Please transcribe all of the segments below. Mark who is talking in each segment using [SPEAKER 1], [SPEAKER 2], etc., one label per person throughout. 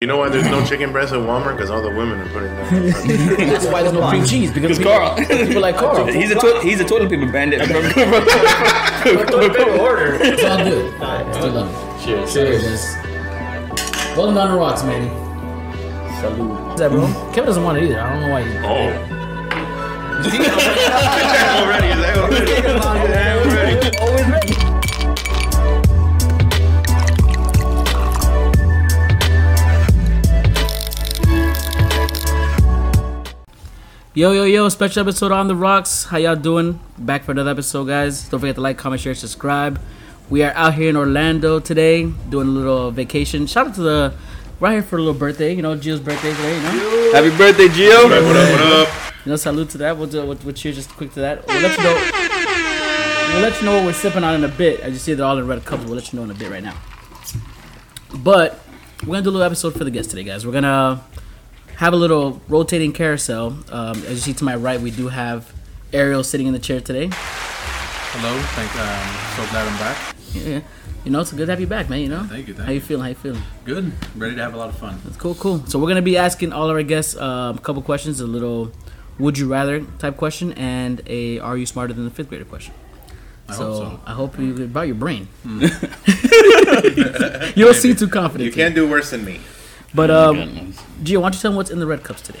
[SPEAKER 1] You know why there's no chicken breast at Walmart? Because all the women are putting them.
[SPEAKER 2] That's why there's no cream cheese because
[SPEAKER 3] It's
[SPEAKER 2] people,
[SPEAKER 3] Carl.
[SPEAKER 2] people like Carl.
[SPEAKER 3] He's a to- he's a toilet paper bandit. order.
[SPEAKER 2] It's all good. It's still love.
[SPEAKER 4] Cheers.
[SPEAKER 2] Cheers. Golden on the rocks, man.
[SPEAKER 4] Salud.
[SPEAKER 2] What's that, bro? Kevin doesn't want it either. I don't know why. He-
[SPEAKER 1] oh. already, is that already? Yeah, already.
[SPEAKER 2] Yo, yo, yo, special episode on the rocks. How y'all doing? Back for another episode, guys. Don't forget to like, comment, share, subscribe. We are out here in Orlando today doing a little vacation. Shout out to the right here for a little birthday. You know, Gio's birthday today, you know?
[SPEAKER 3] Happy birthday, Gio.
[SPEAKER 1] What up, what up?
[SPEAKER 2] You know, salute to that. We'll, do, we'll, we'll cheers just quick to that. We'll let you know. We'll let you know what we're sipping on in a bit. As you see, they're all in red cups. We'll let you know in a bit right now. But we're gonna do a little episode for the guests today, guys. We're gonna have a little rotating carousel. Um, as you see to my right, we do have Ariel sitting in the chair today.
[SPEAKER 4] Hello. Thank. Um, so glad I'm back.
[SPEAKER 2] Yeah, you know, it's good to have you back, man. You know,
[SPEAKER 4] Thank you.
[SPEAKER 2] how
[SPEAKER 4] Thank
[SPEAKER 2] you
[SPEAKER 4] you.
[SPEAKER 2] feeling? How you feeling?
[SPEAKER 4] Good. Ready to have a lot of fun.
[SPEAKER 2] Cool, cool. So we're gonna be asking all of our guests um, a couple questions, a little "Would you rather" type question, and a "Are you smarter than the fifth grader?" question.
[SPEAKER 4] I
[SPEAKER 2] so,
[SPEAKER 4] hope so.
[SPEAKER 2] I hope you about your brain. Mm. you don't seem too confident.
[SPEAKER 1] You can't do worse than me.
[SPEAKER 2] But um, Gio, why don't you tell them what's in the red cups today?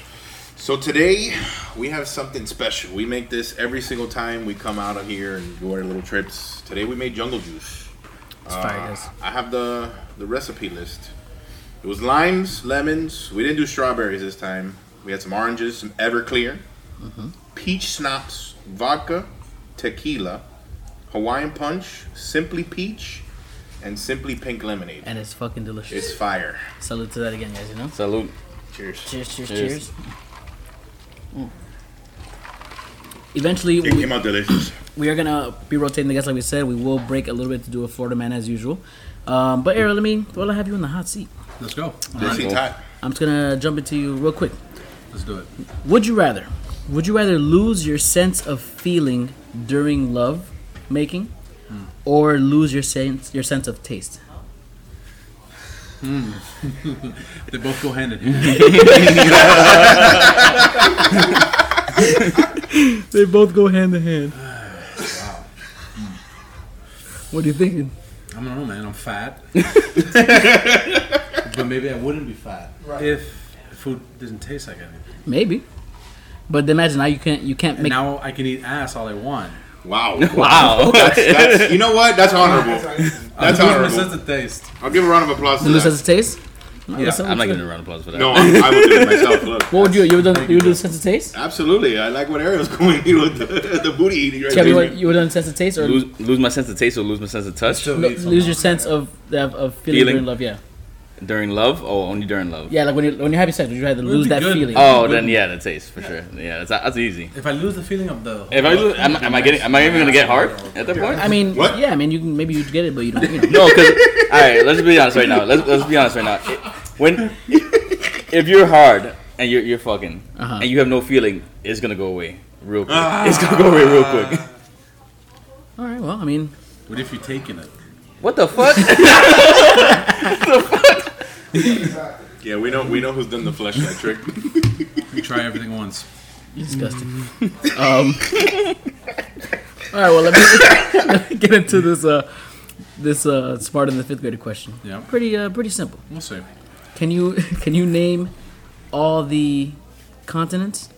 [SPEAKER 1] So today we have something special. We make this every single time we come out of here and do our little trips. Today we made jungle juice. Uh,
[SPEAKER 2] It's fire, guys.
[SPEAKER 1] I have the the recipe list. It was limes, lemons. We didn't do strawberries this time. We had some oranges, some Everclear, Mm-hmm. peach schnapps, vodka, tequila, Hawaiian punch, simply peach, and simply pink lemonade.
[SPEAKER 2] And it's fucking delicious.
[SPEAKER 1] It's fire.
[SPEAKER 2] Salute to that again, guys. You know.
[SPEAKER 3] Salute.
[SPEAKER 1] Cheers.
[SPEAKER 2] Cheers, cheers, cheers.
[SPEAKER 3] Cheers.
[SPEAKER 2] Mm. Eventually,
[SPEAKER 1] It
[SPEAKER 2] we,
[SPEAKER 1] came out delicious.
[SPEAKER 2] we are gonna be rotating the guests, like we said. We will break a little bit to do a Florida man as usual. Um, but Ariel, let me. Well, I have you in the hot seat.
[SPEAKER 4] Let's go. All
[SPEAKER 1] This
[SPEAKER 4] right.
[SPEAKER 1] heat's hot.
[SPEAKER 2] I'm just gonna jump into you real quick.
[SPEAKER 4] Let's do it.
[SPEAKER 2] Would you rather? Would you rather lose your sense of feeling during love making, or lose your sense your sense of taste?
[SPEAKER 4] They both go hand in hand.
[SPEAKER 2] They both go hand in hand. Hmm. What are you thinking?
[SPEAKER 4] I don't know, man. I'm fat, but maybe I wouldn't be fat if food didn't taste like anything.
[SPEAKER 2] Maybe, but imagine now you can't you can't
[SPEAKER 4] And
[SPEAKER 2] make.
[SPEAKER 4] now I can eat ass all I want.
[SPEAKER 1] Wow.
[SPEAKER 3] Wow.
[SPEAKER 1] That's, you know what? That's honorable. That's
[SPEAKER 4] I'm losing my
[SPEAKER 1] honorable.
[SPEAKER 4] sense of taste.
[SPEAKER 1] I'll give a round of applause to
[SPEAKER 2] lose sense
[SPEAKER 1] that.
[SPEAKER 2] of taste. No,
[SPEAKER 4] Yeah,
[SPEAKER 2] that's
[SPEAKER 3] I'm not
[SPEAKER 2] good.
[SPEAKER 3] giving a round of applause for that.
[SPEAKER 1] No, I, I would do it myself. Look,
[SPEAKER 2] What would you? You would done, you would do sense of taste?
[SPEAKER 1] absolutely. I like what Ariel's going here with the, the booty eating right
[SPEAKER 2] Kevin, you
[SPEAKER 1] there.
[SPEAKER 2] would, you would done sense of taste or lose,
[SPEAKER 3] Lose, lose my sense of taste or lose my sense of touch
[SPEAKER 4] Still eat some.
[SPEAKER 2] lose your sense of of, of feeling,
[SPEAKER 3] Feeling?
[SPEAKER 2] during love? Yeah,
[SPEAKER 3] during love or only during love?
[SPEAKER 2] yeah. Like when you when you're having sex, would you rather
[SPEAKER 4] Would
[SPEAKER 2] lose
[SPEAKER 4] be
[SPEAKER 2] that
[SPEAKER 4] good.
[SPEAKER 2] feeling?
[SPEAKER 1] Uh,
[SPEAKER 3] Oh, then yeah, the taste for sure. Yeah, that's, that's easy.
[SPEAKER 4] If I lose the feeling of the,
[SPEAKER 3] If I lose, am, am I getting? Am I even gonna get hard at that point?
[SPEAKER 2] I mean,
[SPEAKER 1] What?
[SPEAKER 2] yeah, I mean, you can maybe you get it, but you don't. You know.
[SPEAKER 3] No, because all right, let's be honest right now. Let's let's be honest right now. It- When if you're hard and you're you're fucking
[SPEAKER 2] Uh-huh.
[SPEAKER 3] and you have no feeling, it's gonna go away real quick. It's gonna go away real quick.
[SPEAKER 2] All right. Well, I mean,
[SPEAKER 4] What if you're taking it?
[SPEAKER 3] What the fuck?
[SPEAKER 1] Yeah, we know we know who's done the flashlight trick.
[SPEAKER 4] You try everything once.
[SPEAKER 2] you're disgusting. um. All right. Well, let me, let me get into this. Uh, this uh, smarter than the fifth grader question.
[SPEAKER 4] Yeah.
[SPEAKER 2] Pretty uh, pretty simple.
[SPEAKER 4] We'll see.
[SPEAKER 2] Can you can you name all the continents?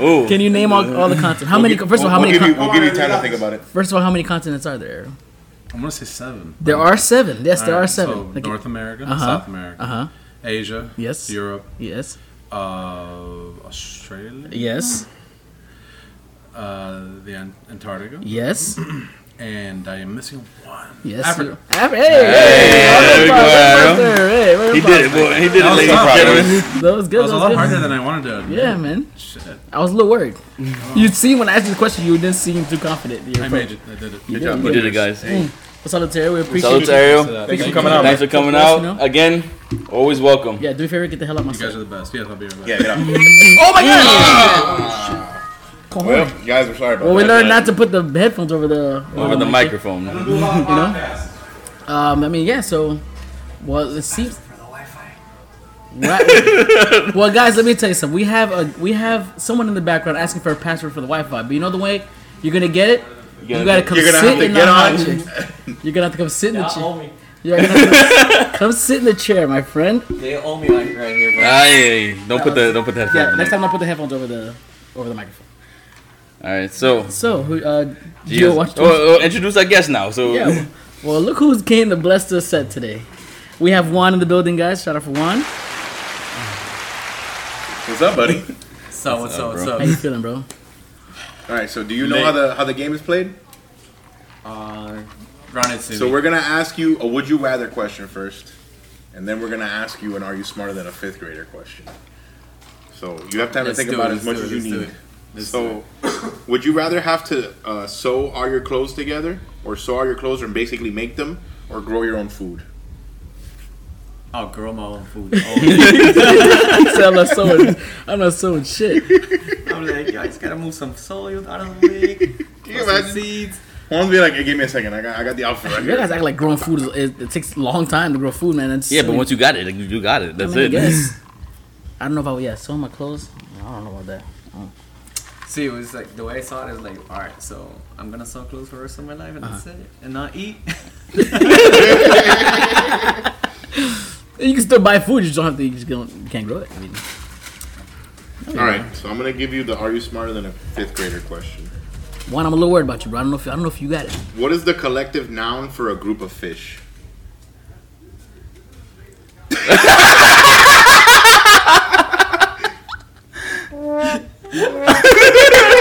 [SPEAKER 3] Oh,
[SPEAKER 2] Can you name all, all the continents? How many?
[SPEAKER 1] We'll gi-
[SPEAKER 2] First of all, how
[SPEAKER 1] we'll
[SPEAKER 2] many?
[SPEAKER 1] Give you,
[SPEAKER 2] Con-
[SPEAKER 1] we'll give you time to think about it.
[SPEAKER 2] first of all, how many continents are there? Aaron?
[SPEAKER 4] I'm gonna say seven.
[SPEAKER 2] There are seven. Yes, there
[SPEAKER 4] All
[SPEAKER 2] are
[SPEAKER 4] right,
[SPEAKER 2] seven.
[SPEAKER 4] So North America,
[SPEAKER 2] Uh-huh,
[SPEAKER 4] South America,
[SPEAKER 2] Uh huh.
[SPEAKER 4] Asia,
[SPEAKER 2] Yes.
[SPEAKER 4] Europe,
[SPEAKER 2] Yes.
[SPEAKER 4] uh, Australia,
[SPEAKER 2] Yes.
[SPEAKER 4] uh, the An- Antarctica,
[SPEAKER 2] Yes.
[SPEAKER 4] and I am missing one.
[SPEAKER 2] Yes.
[SPEAKER 4] Africa.
[SPEAKER 2] you- Af- hey, hey,
[SPEAKER 3] there we go,
[SPEAKER 2] That was
[SPEAKER 3] Aaron.
[SPEAKER 2] faster. Hey, we're
[SPEAKER 3] He
[SPEAKER 2] fine.
[SPEAKER 3] did it, boy. He did it,
[SPEAKER 4] was
[SPEAKER 3] ladies
[SPEAKER 4] tough.
[SPEAKER 3] and gentlemen.
[SPEAKER 2] That was good.
[SPEAKER 4] That was a
[SPEAKER 2] that
[SPEAKER 4] lot
[SPEAKER 2] was good.
[SPEAKER 4] harder than I wanted to. admit.
[SPEAKER 2] Yeah, man.
[SPEAKER 4] Shit.
[SPEAKER 2] I was a little worried. You'd see when I asked you the question, you didn't seem too confident. in your
[SPEAKER 4] I
[SPEAKER 2] approach.
[SPEAKER 4] made it. I did it.
[SPEAKER 1] job,
[SPEAKER 3] You did it, guys.
[SPEAKER 2] Well, salute to Ariel. We appreciate
[SPEAKER 3] Salute to
[SPEAKER 2] you.
[SPEAKER 3] Ariel.
[SPEAKER 4] Thank
[SPEAKER 1] you for coming out.
[SPEAKER 3] Thanks for coming
[SPEAKER 2] Yes, you
[SPEAKER 3] out
[SPEAKER 2] know.
[SPEAKER 3] again. Always welcome.
[SPEAKER 2] Yeah, do me a favor, get the hell out my
[SPEAKER 4] You guys
[SPEAKER 2] seat.
[SPEAKER 4] are the best. Yes, I'll be right back.
[SPEAKER 1] Yeah, yeah.
[SPEAKER 2] Oh my god! Come on.
[SPEAKER 1] Well, you guys, we're sorry about
[SPEAKER 2] Well, we
[SPEAKER 1] that.
[SPEAKER 2] learned not to put the headphones over the
[SPEAKER 3] Over the microphone.
[SPEAKER 2] You know. Um, I mean, yeah. So, Well, it seems.
[SPEAKER 4] For the Wi-Fi.
[SPEAKER 2] Well, well, guys, let me tell you something. We have a we have someone in the background asking for a password for the Wi-Fi. But you know the way you're gonna get it. You gotta come
[SPEAKER 1] You're gonna
[SPEAKER 2] sit
[SPEAKER 1] have to
[SPEAKER 2] in
[SPEAKER 1] get
[SPEAKER 2] the
[SPEAKER 1] on.
[SPEAKER 2] hot chick. You're gonna have to come sit in the
[SPEAKER 5] Y'all
[SPEAKER 2] chair.
[SPEAKER 5] owe me.
[SPEAKER 2] You're gonna have to come, come sit in the chair, my friend.
[SPEAKER 5] They owe me like right here, bro.
[SPEAKER 3] Aye, don't put the don't put that.
[SPEAKER 2] Yeah, next time I'll put the headphones over the over the microphone.
[SPEAKER 3] All right, so
[SPEAKER 2] So, who uh, Gio,
[SPEAKER 3] Jesus.
[SPEAKER 2] watch
[SPEAKER 3] Oh, oh, introduce our guest now. So
[SPEAKER 2] Yeah. Well, look who's came to bless the set today. We have Juan in the building, guys. Shout out for Juan.
[SPEAKER 1] What's up, buddy?
[SPEAKER 5] So what's up? What's
[SPEAKER 3] bro?
[SPEAKER 5] up?
[SPEAKER 2] How you feeling, bro?
[SPEAKER 1] All right. So, do you know how the how the game is played?
[SPEAKER 5] Uh, run it to
[SPEAKER 1] So
[SPEAKER 5] me.
[SPEAKER 1] we're gonna ask you a would you rather question first, and then we're gonna ask you an are you smarter than a fifth grader question. So you have time
[SPEAKER 5] Let's
[SPEAKER 1] to think
[SPEAKER 5] do
[SPEAKER 1] about
[SPEAKER 5] it,
[SPEAKER 1] it as
[SPEAKER 5] let's
[SPEAKER 1] much
[SPEAKER 5] do it,
[SPEAKER 1] as you
[SPEAKER 5] let's do
[SPEAKER 1] need.
[SPEAKER 5] it, let's
[SPEAKER 1] So, would you rather have to uh, sew all your clothes together, or sew all your clothes and basically make them, or grow your own food?
[SPEAKER 5] I'll grow my own food. Oh,
[SPEAKER 2] He said, I'm not sewing. I'm not sewing shit.
[SPEAKER 5] I'm like, yo, I just gotta move some soil out of the way.
[SPEAKER 1] Can you
[SPEAKER 5] put some
[SPEAKER 1] imagine?
[SPEAKER 5] seeds.
[SPEAKER 1] Juan's be like, hey, give me a second. I got, I got the outfit right
[SPEAKER 2] You guys
[SPEAKER 1] here.
[SPEAKER 2] act like growing food. Is, it, it takes a long time to grow food, man. It's,
[SPEAKER 3] yeah, but once you got it, like, you got it.
[SPEAKER 2] I
[SPEAKER 3] That's
[SPEAKER 2] mean, I
[SPEAKER 3] it.
[SPEAKER 2] guess. I don't know if I would. Yeah, sew my clothes. I don't know about that.
[SPEAKER 5] See, it was like the way I saw it is like, all right, so I'm gonna sell clothes for the rest of my life, and that's it, and not eat.
[SPEAKER 2] You can still buy food. You just don't have to. You just don't, you can't grow it. I mean,
[SPEAKER 1] All right. So I'm gonna give you the are you smarter than a fifth grader question.
[SPEAKER 2] Juan, I'm a little worried about you, bro. I don't know if I don't know if you got it.
[SPEAKER 1] What is the collective noun for a group of fish?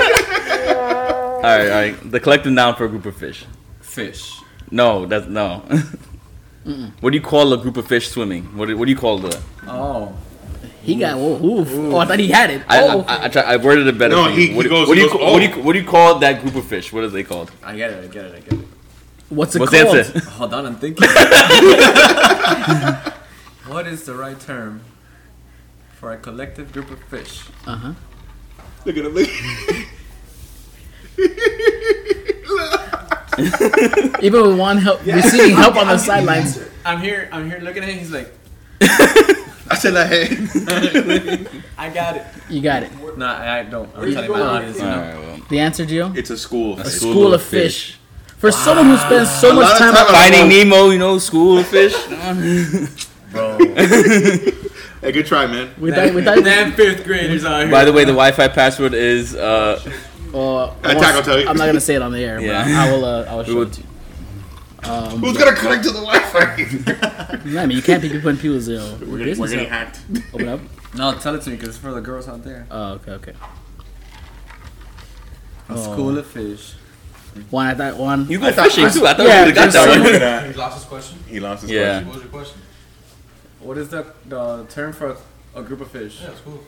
[SPEAKER 3] All right, all right. The collective noun for a group of fish.
[SPEAKER 5] Fish.
[SPEAKER 3] No, that's no. what do you call a group of fish swimming? What do, what do you call the?
[SPEAKER 5] Oh,
[SPEAKER 2] He got. Whoa, oof. Oh, I thought he had it.
[SPEAKER 3] I
[SPEAKER 2] oh,
[SPEAKER 3] I, I, I, try, I worded it better.
[SPEAKER 1] No,
[SPEAKER 3] for you.
[SPEAKER 1] he- he
[SPEAKER 3] what, do-
[SPEAKER 1] goes-
[SPEAKER 3] what do
[SPEAKER 1] he
[SPEAKER 3] you
[SPEAKER 1] goes, oh.
[SPEAKER 3] ca- what do you what do you call that group of fish? What are they called?
[SPEAKER 5] I get it. I get it. I get it.
[SPEAKER 2] what's it
[SPEAKER 3] What's the
[SPEAKER 2] called?
[SPEAKER 3] answer?
[SPEAKER 5] Hold on, I'm thinking. what is the right term for a collective group of fish?
[SPEAKER 2] Uh huh.
[SPEAKER 1] Look at him. Look.
[SPEAKER 2] Even with Juan help receiving help on the sidelines.
[SPEAKER 5] I'm here. I'm here looking at him. He's like,
[SPEAKER 1] I said that. Hey.
[SPEAKER 5] I got it.
[SPEAKER 2] You got it.
[SPEAKER 5] Nah, I I don't. I'm telling my
[SPEAKER 1] going?
[SPEAKER 5] audience.
[SPEAKER 3] All
[SPEAKER 5] you know.
[SPEAKER 3] right, well,
[SPEAKER 2] The answer, Gio?
[SPEAKER 1] It's a school.
[SPEAKER 3] a
[SPEAKER 2] school, of fish. For someone who spends so
[SPEAKER 1] lot
[SPEAKER 2] much
[SPEAKER 1] of
[SPEAKER 2] time,
[SPEAKER 1] time
[SPEAKER 2] on-
[SPEAKER 3] Finding Nemo, you know, school of fish.
[SPEAKER 1] Hey, good try, man.
[SPEAKER 2] we thought, we thought,
[SPEAKER 5] Damn fifth graders out here.
[SPEAKER 3] By the way, the Wi-Fi password is uh,
[SPEAKER 2] uh, I
[SPEAKER 1] Attack on Titan.
[SPEAKER 2] am not gonna say it on the air.
[SPEAKER 3] Yeah.
[SPEAKER 2] But I will. Uh, I will show
[SPEAKER 3] will-
[SPEAKER 2] it to you.
[SPEAKER 1] Who's gonna connect to the Wi-Fi?
[SPEAKER 2] I mean, you can't be putting people's you know, business out.
[SPEAKER 1] hacked.
[SPEAKER 2] Open up.
[SPEAKER 5] no, tell it to me because it's for the girls out there.
[SPEAKER 2] Oh, okay, okay.
[SPEAKER 5] A school of fish.
[SPEAKER 2] One, I thought one.
[SPEAKER 3] you go
[SPEAKER 1] I thought-
[SPEAKER 3] fishing
[SPEAKER 1] I-
[SPEAKER 3] too. I thought
[SPEAKER 2] yeah,
[SPEAKER 3] you got
[SPEAKER 2] there's
[SPEAKER 3] that
[SPEAKER 2] someone-
[SPEAKER 3] one.
[SPEAKER 1] He
[SPEAKER 4] lost his question.
[SPEAKER 1] lost his
[SPEAKER 3] Yeah.
[SPEAKER 1] question.
[SPEAKER 4] was your question?
[SPEAKER 5] What is the the term for a, a group of fish?
[SPEAKER 4] it's cool.